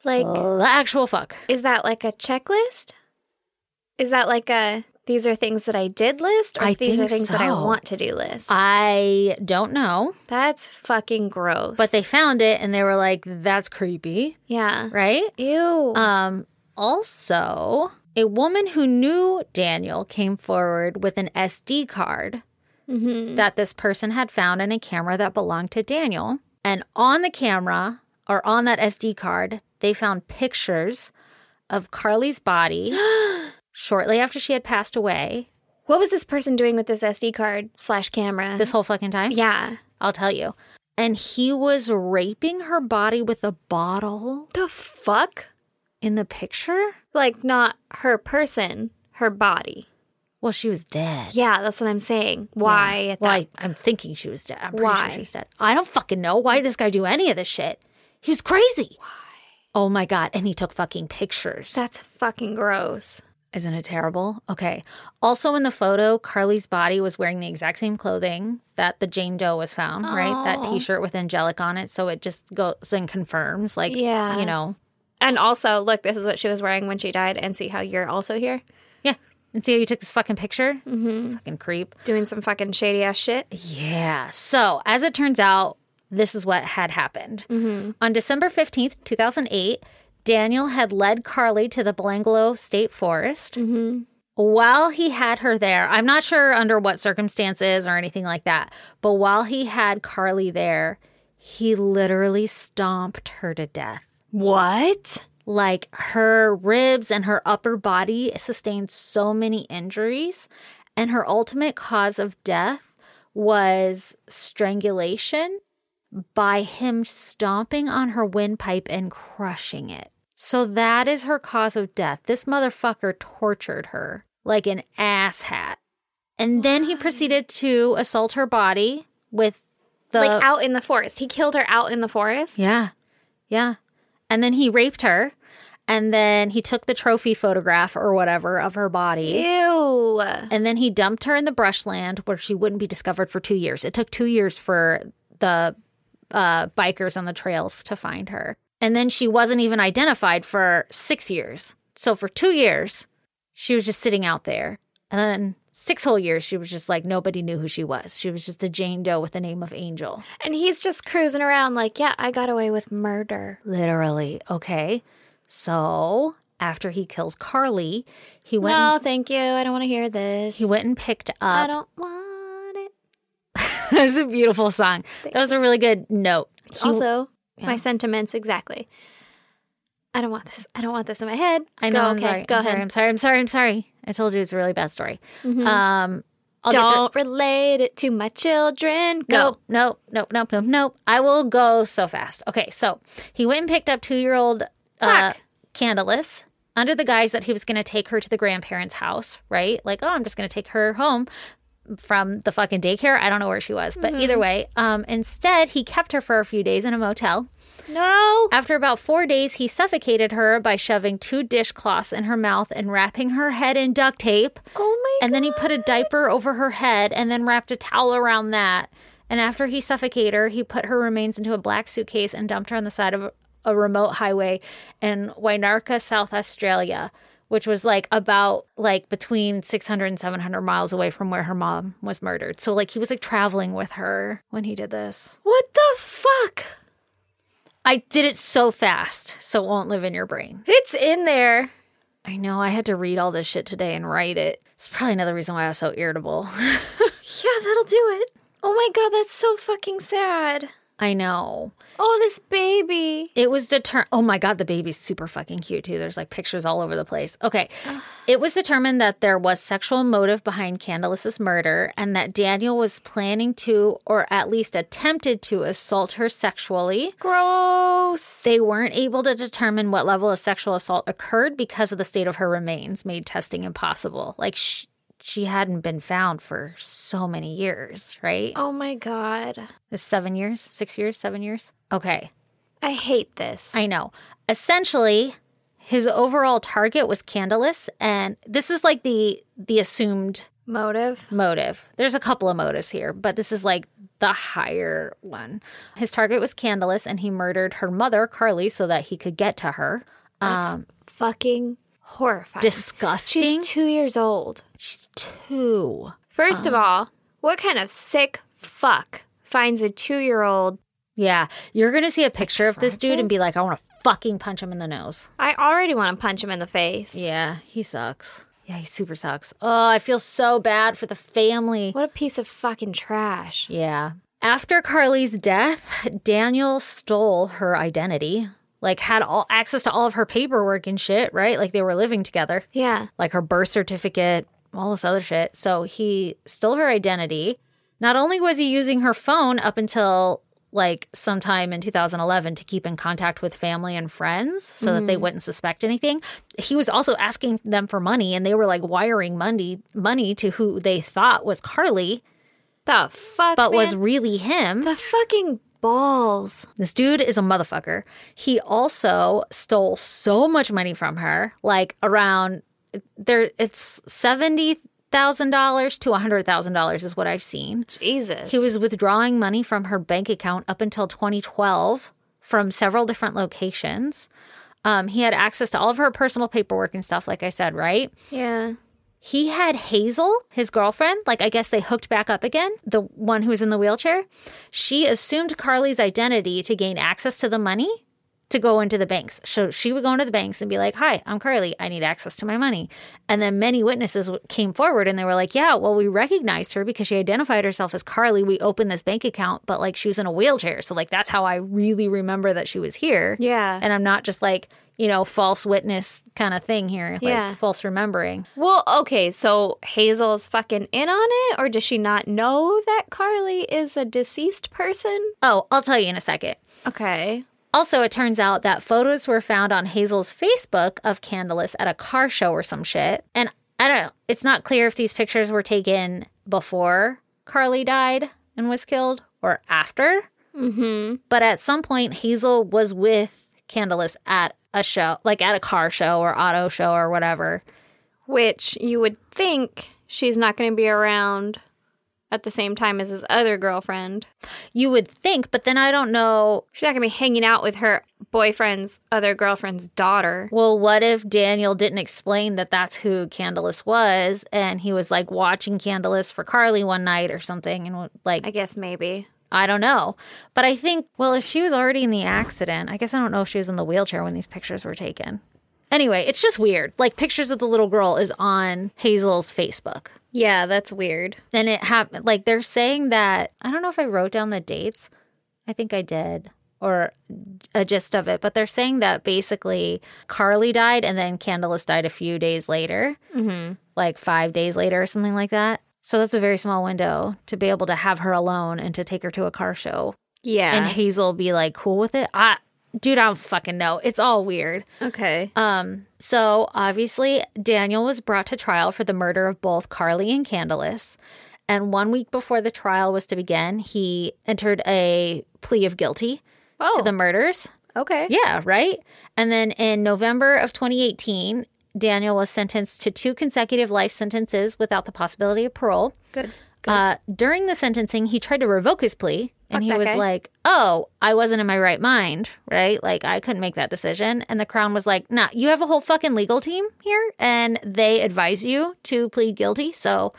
Speaker 2: like,
Speaker 1: the actual fuck
Speaker 2: Oh. is that like a checklist? Is that like a these are things that I did list, or
Speaker 1: I
Speaker 2: these are things
Speaker 1: think
Speaker 2: that I
Speaker 1: so.
Speaker 2: want to do list?
Speaker 1: i don't know
Speaker 2: That's fucking gross.
Speaker 1: but they found it and they were like that's creepy
Speaker 2: yeah.
Speaker 1: right
Speaker 2: Ew.
Speaker 1: um also a woman who knew daniel came forward with an sd card
Speaker 2: mm-hmm.
Speaker 1: that this person had found in a camera that belonged to Daniel. And on the camera or on that SD card, they found pictures of Carly's body shortly after she had passed away.
Speaker 2: What was this person doing with this SD card slash camera?
Speaker 1: This whole fucking time?
Speaker 2: yeah.
Speaker 1: I'll tell you. And he was raping her body with a bottle
Speaker 2: The fuck?
Speaker 1: in the picture?
Speaker 2: Like not her person, her body.
Speaker 1: Well, she was dead.
Speaker 2: Yeah, that's what I'm saying. Why? At that?
Speaker 1: Well, I, I'm thinking she was dead. I'm pretty sure
Speaker 2: Why?
Speaker 1: she was dead. I don't fucking know. Why did this guy do any of this shit? He was crazy. Why? Oh my God. And he took fucking pictures.
Speaker 2: That's fucking gross.
Speaker 1: Isn't it terrible? Okay. Also, in the photo, Carly's body was wearing the exact same clothing that the Jane Doe was found, right? That
Speaker 2: Aw.
Speaker 1: t shirt with angelic on it. So it just goes and confirms, like,
Speaker 2: Yeah.
Speaker 1: you know,
Speaker 2: And also, look, this is what she was wearing when she died, and see how you're also here
Speaker 1: yeah. And see how you took this fucking picture? Mm-hmm. Fucking creep.
Speaker 2: doing some fucking shady ass shit.
Speaker 1: Yeah. So, as it turns out, this is what had happened. On December 15th, 2008, Daniel had led Carly to the Belanglo State Forest. While he had her there, I'm not sure under what circumstances or anything like that, but while he had Carly there, he literally stomped her to death.
Speaker 2: What?
Speaker 1: Like her ribs and her upper body sustained so many injuries, and her ultimate cause of death was strangulation by him stomping on her windpipe and crushing it. So that is her cause of death. This motherfucker tortured her like an asshat. And then he proceeded to assault her body with the
Speaker 2: like out in the forest. He killed her out in the forest.
Speaker 1: yeah. Yeah. And then he raped her. And then he took the trophy photograph or whatever of her body.
Speaker 2: Ew.
Speaker 1: And then he dumped her in the brushland where she wouldn't be discovered for two years. It took two years for the uh, bikers on the trails to find her. And then she wasn't even identified for six years. So for two years, she was just sitting out there. And then six whole years, she was just like, nobody knew who she was. She was just a Jane Doe with the name of Angel.
Speaker 2: And he's just cruising around like, yeah, I got away with murder.
Speaker 1: Literally. Okay. So after he kills Carly, he went.
Speaker 2: No, thank you. I don't want to hear this.
Speaker 1: He went and picked
Speaker 2: I
Speaker 1: up.
Speaker 2: don't want it.
Speaker 1: That was a beautiful song. That was a really good note. He-
Speaker 2: also, my sentiments exactly. I don't want this. I don't want this in my head.
Speaker 1: I know.
Speaker 2: Go,
Speaker 1: I'm
Speaker 2: okay,
Speaker 1: sorry.
Speaker 2: go
Speaker 1: I'm
Speaker 2: ahead. Mm-hmm.
Speaker 1: sorry. I'm sorry. I'm sorry. I'm sorry. I told you it's a really bad story. Um, I'll get through-
Speaker 2: don't relate it to my children. Go.
Speaker 1: Nope, nope, nope, nope, nope, nope. I will go so fast. Okay, so he went and picked up two year old uh,
Speaker 2: Fuck.
Speaker 1: Candace under the guise that he was going to take her to the grandparents' house, right? Like, oh, I'm just going to take her home. from the fucking daycare. I don't know where she was, but
Speaker 2: Mm-hmm.
Speaker 1: either way, um, instead, he kept her for a few days in a motel.
Speaker 2: No.
Speaker 1: After about four days, he suffocated her by shoving two dishcloths in her mouth and wrapping her head in duct tape.
Speaker 2: Oh my
Speaker 1: And then he put a diaper over her head and then wrapped a towel around that. And after he suffocated her, he put her remains into a black suitcase and dumped her on the side of a remote highway in Wainarka, South Australia, which was like about like between 600 and 700 miles away from where her mom was murdered. So like he was like traveling with her when he did this.
Speaker 2: What the fuck?
Speaker 1: I did it so fast, so it won't live in your brain.
Speaker 2: It's in there.
Speaker 1: I know I had to read all this shit today and write it. It's probably another reason why I was so irritable.
Speaker 2: Yeah, that'll do it. Oh my god, that's so fucking sad.
Speaker 1: I know.
Speaker 2: Oh, this baby.
Speaker 1: It was determined. Oh my God, the baby's super fucking cute too. There's like pictures all over the place. Okay. it was determined that there was sexual motive behind Candace's murder and that Daniel was planning to, or at least attempted to, assault her sexually.
Speaker 2: Gross.
Speaker 1: They weren't able to determine what level of sexual assault occurred because of the state of her remains, made testing impossible. Like, sh- she hadn't been found for so many years, right?
Speaker 2: Oh my god.
Speaker 1: Seven years, six years, seven years. Okay.
Speaker 2: I hate this.
Speaker 1: I know. Essentially, his overall target was Candalus, and this is like the the assumed
Speaker 2: Motive.
Speaker 1: motive. There's a couple of motives here, but this is like the higher one. His target was Candalus, and he murdered her mother, Carly, so that he could get to her.
Speaker 2: That's fucking horrifying.
Speaker 1: Disgusting.
Speaker 2: She's two years old.
Speaker 1: She's Um. two.
Speaker 2: First of all, what kind of sick fuck finds a two year old?
Speaker 1: Yeah, you're gonna see a picture of this dude and be like, I want to fucking punch him in the nose.
Speaker 2: I already want to punch him in the face.
Speaker 1: Yeah, he sucks. Yeah, he super sucks. Oh, I feel so bad for the family.
Speaker 2: What a piece of fucking trash.
Speaker 1: Yeah. After Carly's death, Daniel stole her identity, like had all access to all of her paperwork and shit, right? Like they were living together,
Speaker 2: Yeah.
Speaker 1: like her birth certificate, all this other shit. So he stole her identity. Not only was he using her phone up until like sometime in 2011 to keep in contact with family and friends so that they wouldn't suspect anything. He was also asking them for money and they were like wiring money money to who they thought was Carly
Speaker 2: The fuck.
Speaker 1: but was
Speaker 2: man?
Speaker 1: really him.
Speaker 2: the fucking balls.
Speaker 1: This dude is a motherfucker. He also stole so much money from her, like around there it's seventy thousand dollars to hundred thousand dollars is what I've seen.
Speaker 2: Jesus.
Speaker 1: He was withdrawing money from her bank account up until 2012 from several different locations. Um, he had access to all of her personal paperwork and stuff, like I said, right?
Speaker 2: Yeah.
Speaker 1: he had Hazel, his girlfriend, like I guess they hooked back up again, the one who was in the wheelchair. She assumed Carly's identity to gain access to the money to go into the banks. So she would go into the banks and be like, Hi, I'm Carly. I need access to my money. And then many witnesses w- came forward and they were like, Yeah, well, we recognized her because she identified herself as Carly. We opened this bank account, but like she was in a wheelchair. So, like, that's how I really remember that she was here
Speaker 2: Yeah.
Speaker 1: and I'm not just like, you know, false witness kind of thing here, like
Speaker 2: Yeah.
Speaker 1: false remembering.
Speaker 2: Well, okay, so Hazel's fucking in on it, or does she not know that Carly is a deceased person?
Speaker 1: Oh, I'll tell you in a second.
Speaker 2: Okay.
Speaker 1: Also, it turns out that photos were found on Hazel's Facebook of Candace at a car show or some shit. And I don't know, it's not clear if these pictures were taken before Carly died and was killed or after.
Speaker 2: Mm-hmm.
Speaker 1: But at some point, Hazel was with Candace at a show, like at a car show or auto show or whatever.
Speaker 2: Which you would think she's not going to be around at the same time as his other girlfriend.
Speaker 1: You would think, but then I don't know
Speaker 2: She's not going to be hanging out with her boyfriend's other girlfriend's daughter.
Speaker 1: Well, what if Daniel didn't explain that that's who Candace was and he was like watching Candace for Carly one night or something and like
Speaker 2: I guess maybe.
Speaker 1: I don't know. But I think well, if she was already in the accident, I guess I don't know if she was in the wheelchair when these pictures were taken. Anyway, it's just weird. Like pictures of the little girl is on Hazel's Facebook.
Speaker 2: Yeah, that's weird.
Speaker 1: And it happened like they're saying that I don't know if I wrote down the dates. I think I did or a gist of it, but they're saying that basically Carly died and then Candace died a few days later. Mm-hmm. Like 5 days later or something like that. So that's a very small window to be able to have her alone and to take her to a car show and
Speaker 2: Yeah.
Speaker 1: Hazel be like cool with it. I dude, I don't fucking know. It's all weird.
Speaker 2: okay.
Speaker 1: Um, so obviously, Daniel was brought to trial for the murder of both Carly and Candace. And one week before the trial was to begin, he entered a plea of guilty to the murders.
Speaker 2: Okay.
Speaker 1: Yeah, right? And then in November of 2018, Daniel was sentenced to two consecutive life sentences without the possibility of parole.
Speaker 2: Good.
Speaker 1: Uh, during the sentencing, he tried to revoke his plea and he
Speaker 2: that
Speaker 1: was
Speaker 2: guy.
Speaker 1: like, Oh, I wasn't in my right mind, right? Like, I couldn't make that decision. And the Crown was like, Nah, you have a whole fucking legal team here and they advise you to plead guilty. So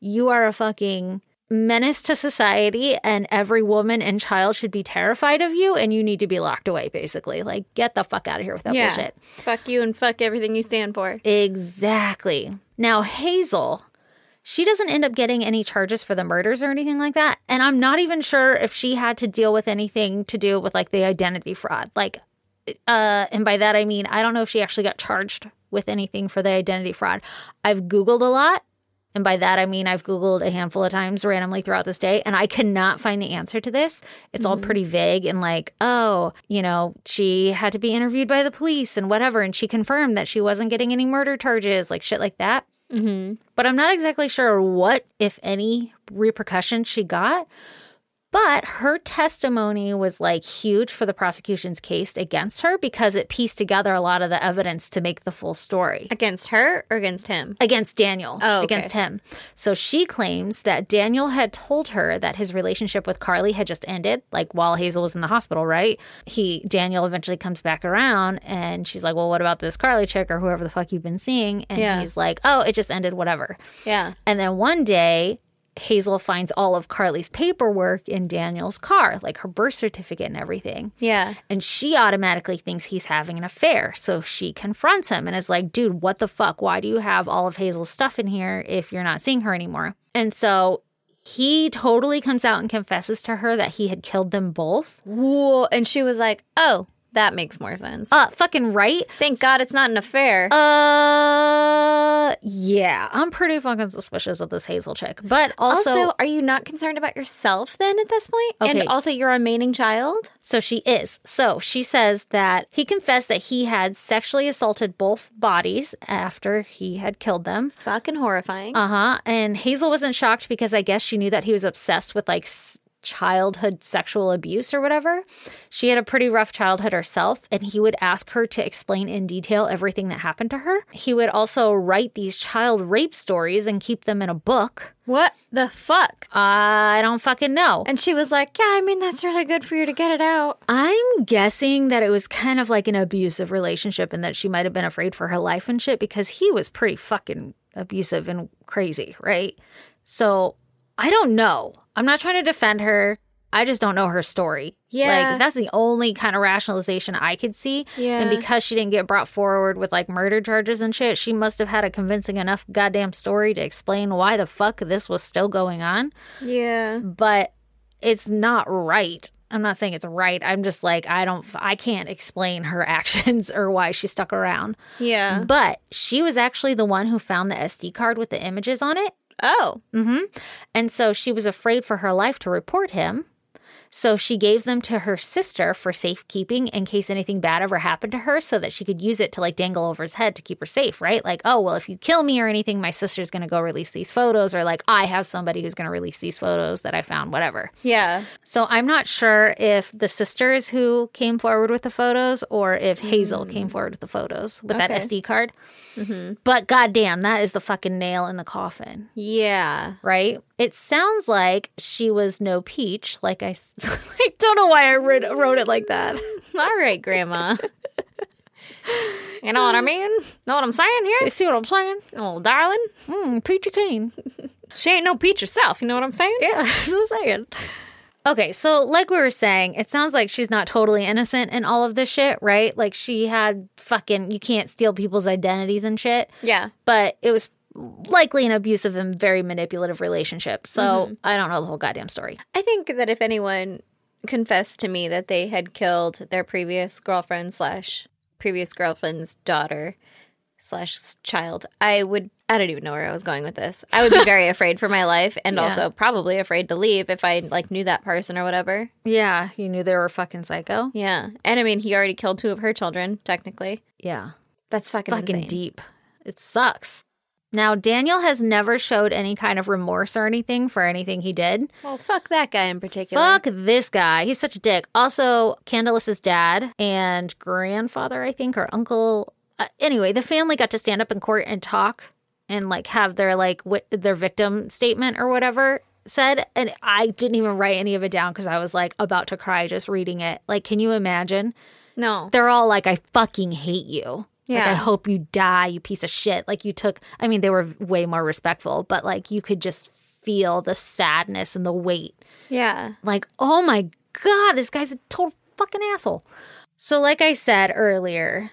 Speaker 1: you are a fucking menace to society and every woman and child should be terrified of you and you need to be locked away, basically. Like, get the fuck out of here with that
Speaker 2: Yeah.
Speaker 1: bullshit.
Speaker 2: Fuck you and fuck everything you stand for.
Speaker 1: Exactly. Now, Hazel, she doesn't end up getting any charges for the murders or anything like that. And I'm not even sure if she had to deal with anything to do with like the identity fraud. Like, uh, and by that I mean, I don't know if she actually got charged with anything for the identity fraud. I've Googled a lot. And by that I mean, I've Googled a handful of times randomly throughout this day, and I could not find the answer to this. It's all pretty vague and like, oh, you know, she had to be interviewed by the police and whatever. And she confirmed that she wasn't getting any murder charges, like shit like that
Speaker 2: Mm-hmm.
Speaker 1: but I'm not exactly sure what, if any, repercussions she got. But her testimony was like huge for the prosecution's case against her because it pieced together a lot of the evidence to make the full story
Speaker 2: Against her or against him?
Speaker 1: against Daniel,
Speaker 2: Oh, okay.
Speaker 1: against him. So she claims that Daniel had told her that his relationship with Carly had just ended, like while Hazel was in the hospital, right? He Daniel eventually comes back around and she's like, "Well, what about this Carly chick or whoever the fuck you've been seeing?" And
Speaker 2: Yeah.
Speaker 1: he's like, "Oh, it just ended, whatever."
Speaker 2: Yeah.
Speaker 1: And then one day, Hazel finds all of Carly's paperwork in Daniel's car, like her birth certificate and everything.
Speaker 2: Yeah.
Speaker 1: And she automatically thinks he's having an affair. So she confronts him and is like, dude, what the fuck? Why do you have all of Hazel's stuff in here if you're not seeing her anymore? And so he totally comes out and confesses to her that he had killed them both.
Speaker 2: Whoa. And she was like, oh, that makes more sense.
Speaker 1: Uh, fucking right.
Speaker 2: Thank God it's not an affair.
Speaker 1: Uh, yeah, I'm pretty fucking suspicious of this Hazel chick. But
Speaker 2: also,
Speaker 1: also
Speaker 2: are you not concerned about yourself then at this point?
Speaker 1: Okay.
Speaker 2: And also your remaining child?
Speaker 1: So she is. So she says that he confessed that he had sexually assaulted both bodies after he had killed them.
Speaker 2: Fucking horrifying.
Speaker 1: Uh huh. And Hazel wasn't shocked because I guess she knew that he was obsessed with like s- childhood sexual abuse or whatever. She had a pretty rough childhood herself, and he would ask her to explain in detail everything that happened to her. He would also write these child rape stories and keep them in a book.
Speaker 2: what the fuck?
Speaker 1: I don't fucking know.
Speaker 2: And she was like, yeah, I mean, that's really good for you to get it out.
Speaker 1: I'm guessing that it was kind of like an abusive relationship and that she might have been afraid for her life and shit because he was pretty fucking abusive and crazy, right? So I don't know. I'm not trying to defend her. I just don't know her story.
Speaker 2: Yeah.
Speaker 1: Like that's the only kind of rationalization I could see.
Speaker 2: Yeah.
Speaker 1: And because she didn't get brought forward with like murder charges and shit, she must have had a convincing enough goddamn story to explain why the fuck this was still going on
Speaker 2: Yeah.
Speaker 1: but it's not right. I'm not saying it's right. I'm just like I don't I can't explain her actions or why she stuck around.
Speaker 2: Yeah.
Speaker 1: But she was actually the one who found the SD card with the images on it.
Speaker 2: Oh.
Speaker 1: Mhm. And so she was afraid for her life to report him. So she gave them to her sister for safekeeping in case anything bad ever happened to her so that she could use it to like dangle over his head to keep her safe, right? Like, oh, well, if you kill me or anything, my sister's going to go release these photos or like I have somebody who's going to release these photos that I found, whatever.
Speaker 2: Yeah.
Speaker 1: So I'm not sure if the sisters who came forward with the photos or if Hazel came forward with the photos with that
Speaker 2: Hmm. Okay. Mm-hmm.
Speaker 1: SD card. But goddamn, that is the fucking nail in the coffin,
Speaker 2: Yeah.
Speaker 1: right? It sounds like she was no peach. Like I, s- I don't know why I wrote, wrote it like that.
Speaker 2: All right, Grandma. you know what I mean? Know what I'm saying
Speaker 1: You
Speaker 2: here?
Speaker 1: see what I'm saying?
Speaker 2: Oh, darling.
Speaker 1: Mm, peachy keen.
Speaker 2: She ain't no peach herself. You know what I'm saying?
Speaker 1: Yeah, that's what I'm saying. Okay, so like we were saying, it sounds like she's not totally innocent in all of this shit, right? Like she had fucking, you can't steal people's identities and shit.
Speaker 2: Yeah.
Speaker 1: but it was likely an abusive and very manipulative relationship. So I don't know the whole goddamn story.
Speaker 2: I think that if anyone confessed to me that they had killed their previous girlfriend slash previous girlfriend's daughter slash child, I would. I don't even know where I was going with this. I would be very afraid for my life, and
Speaker 1: Yeah.
Speaker 2: also probably afraid to leave if I like knew that person or whatever.
Speaker 1: Yeah, you knew they were fucking psycho.
Speaker 2: Yeah, and I mean, he already killed two of her children, technically.
Speaker 1: Yeah,
Speaker 2: That's fucking,
Speaker 1: fucking
Speaker 2: insane.
Speaker 1: deep. It sucks. Now, Daniel has never showed any kind of remorse or anything for anything he did.
Speaker 2: Well, fuck that guy in particular.
Speaker 1: Fuck this guy. He's such a dick. Also, Candace's dad and grandfather, I think, or uncle. Uh, anyway, the family got to stand up in court and talk and like have their like wi- their victim statement or whatever said. And I didn't even write any of it down because I was like about to cry just reading it. Like, can you imagine?
Speaker 2: No.
Speaker 1: they're all like, I fucking hate you. Like,
Speaker 2: Yeah.
Speaker 1: I hope you die, you piece of shit. Like, you took, I mean, they were way more respectful, but like, you could just feel the sadness and the weight.
Speaker 2: Yeah.
Speaker 1: Like, oh my God, this guy's a total fucking asshole. So, like I said earlier,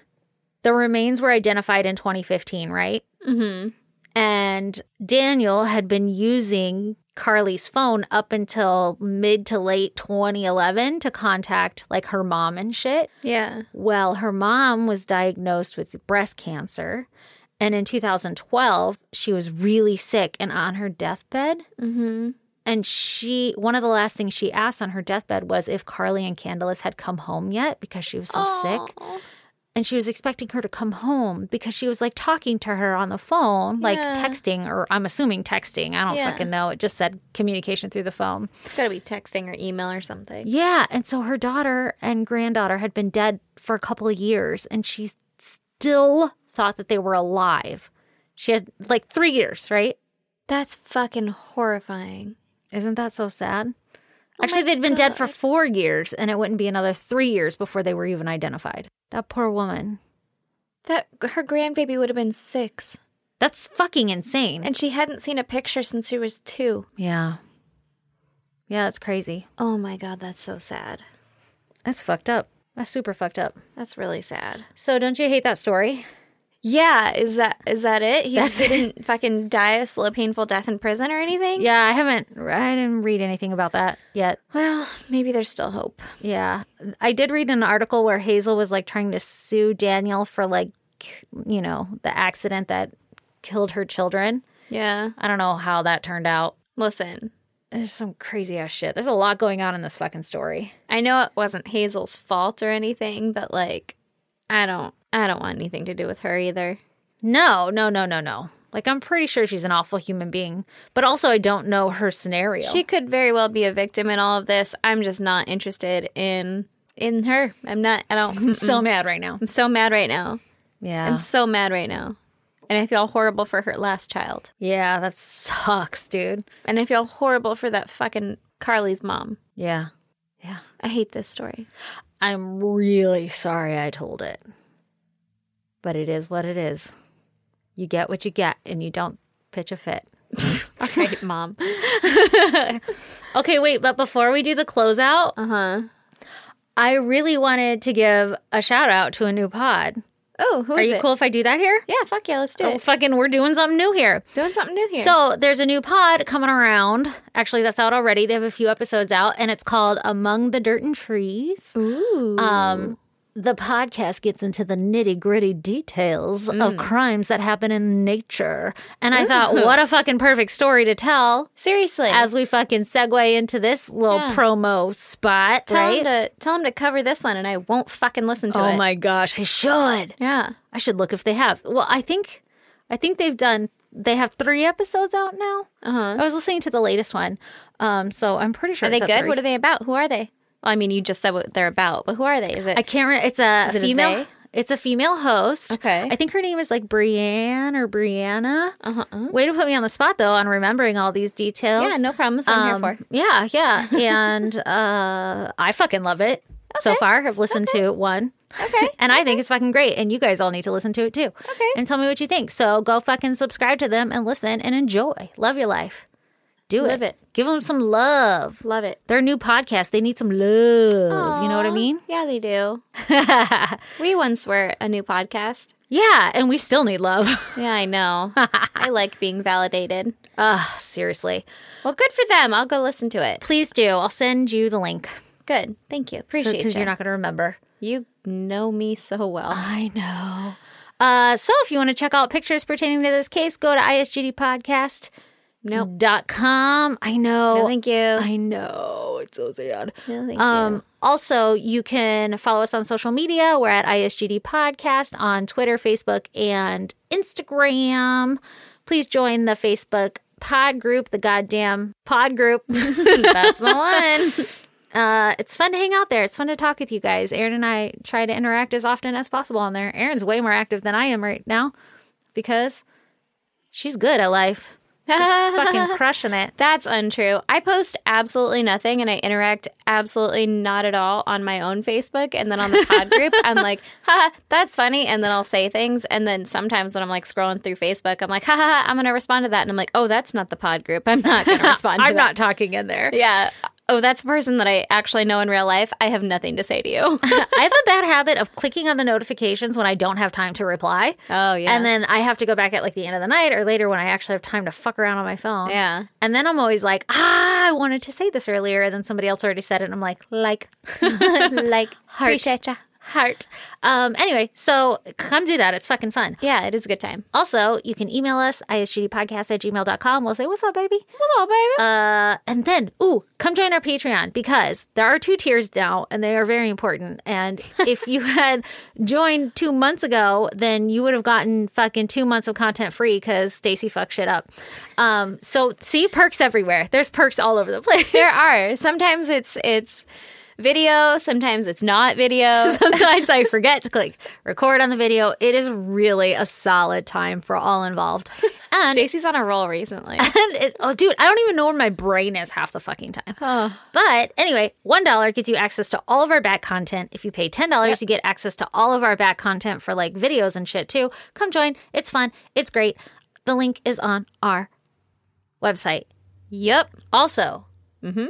Speaker 1: the remains were identified in 2015, right?
Speaker 2: Mm-hmm.
Speaker 1: And Daniel had been using Carly's phone up until mid to late 2011 to contact like her mom and shit.
Speaker 2: Yeah.
Speaker 1: Well, her mom was diagnosed with breast cancer. And in 2012, she was really sick and on her deathbed.
Speaker 2: Mm-hmm.
Speaker 1: And she, one of the last things she asked on her deathbed was if Carly and Candace had come home yet because she was so sick. And she was expecting her to come home because she was like talking to her on the phone, like
Speaker 2: Yeah.
Speaker 1: texting, or I'm assuming texting. I don't
Speaker 2: Yeah.
Speaker 1: fucking know. It just said communication through the phone.
Speaker 2: It's got to be texting or email or something.
Speaker 1: Yeah. And so her daughter and granddaughter had been dead for a couple of years, and she still thought that they were alive. She had like three years, right?
Speaker 2: That's fucking horrifying.
Speaker 1: Isn't that so sad? Actually, they'd been dead for
Speaker 2: God.
Speaker 1: four years, and it wouldn't be another three years before they were even identified. That poor woman.
Speaker 2: That her grandbaby would have been six,
Speaker 1: That's fucking insane.
Speaker 2: and she hadn't seen a picture since she was two.
Speaker 1: yeah. Yeah, that's crazy.
Speaker 2: Oh my god, that's so sad.
Speaker 1: That's fucked up. That's super fucked up.
Speaker 2: That's really sad.
Speaker 1: So, don't you hate that story?
Speaker 2: Yeah, is that is that it? He
Speaker 1: That's it.
Speaker 2: didn't fucking die a slow, painful death in prison or anything.
Speaker 1: Yeah, I haven't, I didn't read anything about that yet.
Speaker 2: Well, maybe there's still hope.
Speaker 1: Yeah. I did read an article where Hazel was like trying to sue Daniel for like, you know, the accident that killed her children.
Speaker 2: Yeah.
Speaker 1: I don't know how that turned out.
Speaker 2: Listen,
Speaker 1: There's some crazy ass shit. There's a lot going on in this fucking story.
Speaker 2: I know it wasn't Hazel's fault or anything, but like, I don't, I don't want anything to do with her either.
Speaker 1: No, no, no, no, no. Like, I'm pretty sure she's an awful human being, but also I don't know her scenario.
Speaker 2: She could very well be a victim in all of this. I'm just not interested in in her. I'm not. I don't.
Speaker 1: I'm so mad right now.
Speaker 2: I'm so mad right now.
Speaker 1: Yeah.
Speaker 2: I'm so mad right now, and I feel horrible for her last child,
Speaker 1: yeah, that sucks, dude.
Speaker 2: and I feel horrible for that fucking Carly's mom.
Speaker 1: Yeah. Yeah.
Speaker 2: I hate this story.
Speaker 1: I'm really sorry I told it. But it is what it is. You get what you get and you don't pitch a fit.
Speaker 2: All right, mom.
Speaker 1: Okay, wait, but before we do the closeout,
Speaker 2: Uh huh.
Speaker 1: I really wanted to give a shout out to a new pod.
Speaker 2: Oh, who
Speaker 1: Are
Speaker 2: is
Speaker 1: you
Speaker 2: it?
Speaker 1: cool if I do that here?
Speaker 2: Yeah, fuck yeah, let's do
Speaker 1: Oh,
Speaker 2: it.
Speaker 1: fucking, we're doing something new here.
Speaker 2: Doing something new here.
Speaker 1: So there's a new pod coming around. Actually, that's out already. They have a few episodes out, and it's called Among the Dirt and Trees.
Speaker 2: Ooh.
Speaker 1: Um, the podcast gets into the nitty gritty details of
Speaker 2: Mm.
Speaker 1: crimes that happen in nature. And I thought, what a fucking perfect story to tell
Speaker 2: seriously,
Speaker 1: as we fucking segue into this little
Speaker 2: Yeah.
Speaker 1: promo spot,
Speaker 2: tell
Speaker 1: right?
Speaker 2: him to tell him to cover this one, and I won't fucking listen to it.
Speaker 1: oh my gosh, I should.
Speaker 2: Yeah.
Speaker 1: I should look if they have. Well, I think, I think they've done. They have three episodes out now.
Speaker 2: Uh huh.
Speaker 1: I was listening to the latest one, um, so I'm pretty sure.
Speaker 2: Are they
Speaker 1: it's at
Speaker 2: good?
Speaker 1: three.
Speaker 2: What are they about? Who are they? Well, I mean, you just said what they're about, but who are they? Is it?
Speaker 1: I can't. Re- it's a
Speaker 2: Is it a
Speaker 1: female.
Speaker 2: they?
Speaker 1: it's a female host.
Speaker 2: Okay.
Speaker 1: I think her name is like Brienne or Brianna.
Speaker 2: uh-huh. uh,
Speaker 1: Way to put me on the spot though on remembering all these details. Um,
Speaker 2: Yeah, no problem. That's what I'm here for.
Speaker 1: Yeah, yeah, and uh, I fucking love it so far. I've listened to one.
Speaker 2: Okay.
Speaker 1: And I think it's fucking great. And you guys all need to listen to it too.
Speaker 2: Okay.
Speaker 1: And tell me what you think. So go fucking subscribe to them and listen and enjoy. Love your life. Do
Speaker 2: Live it.
Speaker 1: Give them some love.
Speaker 2: Love it.
Speaker 1: Their new podcast, they need some love. You know what
Speaker 2: Aw.
Speaker 1: I mean?
Speaker 2: Yeah, they do. we once were a new podcast.
Speaker 1: Yeah, and we still need love.
Speaker 2: Yeah, I know. I like being validated.
Speaker 1: Ugh, seriously.
Speaker 2: Well, good for them. I'll go listen to it.
Speaker 1: Please do. I'll send you the link.
Speaker 2: Good. Thank you. Appreciate
Speaker 1: Because
Speaker 2: you.
Speaker 1: you're not going to remember.
Speaker 2: you know me so well.
Speaker 1: I know. Uh, so if you want to check out pictures pertaining to this case, go to
Speaker 2: Nope.
Speaker 1: isgdpodcast.com. I know.
Speaker 2: No, thank you.
Speaker 1: Oh, I know. It's so sad.
Speaker 2: no, thank
Speaker 1: um, Also, you can follow us on social media. We're at ISGD Podcast on Twitter, Facebook, and Instagram. please join the Facebook pod group, the goddamn pod group. That's the one. Uh, it's fun to hang out there. It's fun to talk with you guys. Aaron and I try to interact as often as possible on there. Aaron's way more active than I am right now because she's good at life. Fucking crushing it.
Speaker 2: That's untrue. I post absolutely nothing and I interact absolutely not at all on my own Facebook. And then on the pod group, I'm like, ha, that's funny. And then I'll say things. And then sometimes when I'm like scrolling through Facebook, I'm like, ha, ha, I'm going to respond to that. And I'm like, oh, that's not the pod group. I'm not going to respond to
Speaker 1: I'm
Speaker 2: that.
Speaker 1: not talking in there.
Speaker 2: Yeah. Oh, that's a person that I actually know in real life. I have nothing to say to you.
Speaker 1: I have a bad habit of clicking on the notifications when I don't have time to reply.
Speaker 2: Oh, yeah.
Speaker 1: And then I have to go back at like the end of the night or later when I actually have time to fuck around on my phone.
Speaker 2: Yeah.
Speaker 1: And then I'm always like, ah, I wanted to say this earlier. And then somebody else already said it. And I'm like, like, like, heart.
Speaker 2: Appreciate ya.
Speaker 1: Heart. Um, anyway, so come do that. It's fucking fun.
Speaker 2: yeah, it is a good time.
Speaker 1: Also, you can email us, isgdpodcast at gmail.com. We'll say, what's up, baby?
Speaker 2: What's up, baby?
Speaker 1: Uh, and then, ooh, come join our Patreon because there are two tiers now and they are very important. And if you had joined two months ago, then you would have gotten fucking two months of content free because Stacy fucked shit up. Um, so see perks everywhere. There's perks all over the place.
Speaker 2: there are. Sometimes it's it's video, sometimes it's not video.
Speaker 1: Sometimes I forget to click record on the video. It is really a solid time for all involved. And
Speaker 2: Stacy's on a roll recently.
Speaker 1: And it, oh, dude, I don't even know where my brain is half the fucking time. But anyway, one dollar gets you access to all of our back content. If you pay ten dollars, you get access to all of our back content for like videos and shit too. Come join; it's fun, it's great. The link is on our website.
Speaker 2: yep.
Speaker 1: Also, mm-hmm.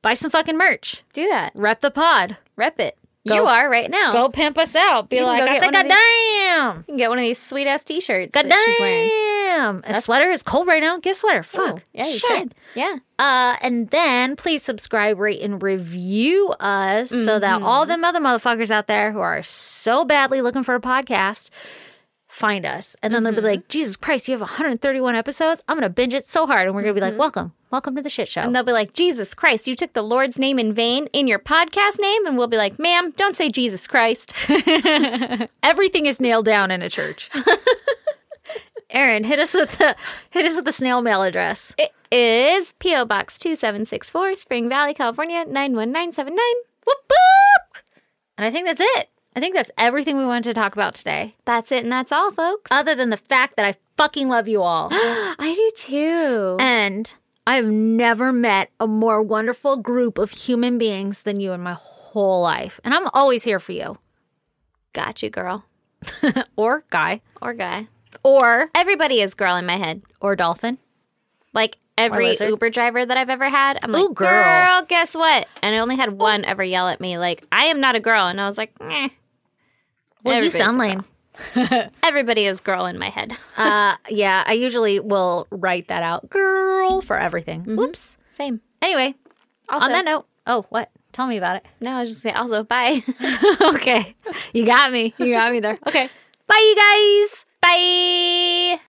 Speaker 1: buy some fucking merch.
Speaker 2: Do that.
Speaker 1: Rep the pod.
Speaker 2: Rep it.
Speaker 1: Go-
Speaker 2: you are right now.
Speaker 1: Go pimp us out. Be
Speaker 2: You can
Speaker 1: like,
Speaker 2: go
Speaker 1: I
Speaker 2: get
Speaker 1: said,
Speaker 2: one of
Speaker 1: goddamn,
Speaker 2: You can get one of these sweet ass t shirts that she's wearing.
Speaker 1: goddamn. A sweater is cold right now. Get a sweater. Fuck.
Speaker 2: Ooh, yeah, you
Speaker 1: Shit.
Speaker 2: should. Yeah.
Speaker 1: Uh, and then please subscribe, rate, and review us so that all them other motherfuckers out there who are so badly looking for a podcast find us. And then they'll be like, Jesus Christ, you have 131 episodes? I'm going to binge it so hard. And we're going to be like, welcome. Welcome to Mm-hmm. the shit show.
Speaker 2: And they'll be like, Jesus Christ, you took the Lord's name in vain in your podcast name. And we'll be like, ma'am, don't say Jesus Christ.
Speaker 1: Everything is nailed down in a church. Aaron, hit us with the hit us with the snail mail address.
Speaker 2: It is P.O. Box 2764, Spring Valley, California, 91979. Whoop, whoop.
Speaker 1: And I think that's it. I think that's everything we wanted to talk about today.
Speaker 2: That's it, and that's all, folks.
Speaker 1: Other than the fact that I fucking love you all.
Speaker 2: Uh, I do too.
Speaker 1: And I've never met a more wonderful group of human beings than you in my whole life. And I'm always here for you.
Speaker 2: Got you, girl.
Speaker 1: Or guy.
Speaker 2: Or guy.
Speaker 1: Or
Speaker 2: Everybody is girl in my head.
Speaker 1: or dolphin.
Speaker 2: Like every
Speaker 1: lizard.
Speaker 2: Uber driver that I've ever had, I'm
Speaker 1: Ooh,
Speaker 2: like,
Speaker 1: girl.
Speaker 2: girl. guess what? And I only had one ever yell at me, like, I am not a girl. And I was like, eh.
Speaker 1: Well,
Speaker 2: Everybody's
Speaker 1: you sound
Speaker 2: a
Speaker 1: lame.
Speaker 2: Everybody is girl in my head.
Speaker 1: uh, yeah, I usually will write that out, girl, for everything. Oops.
Speaker 2: Same.
Speaker 1: Anyway,
Speaker 2: Mm-hmm. Also,
Speaker 1: on that note, oh, what? Tell me about it.
Speaker 2: no, I was just gonna say, also, bye.
Speaker 1: okay. You got me. You got me there. Okay. Bye, you guys.
Speaker 2: bye.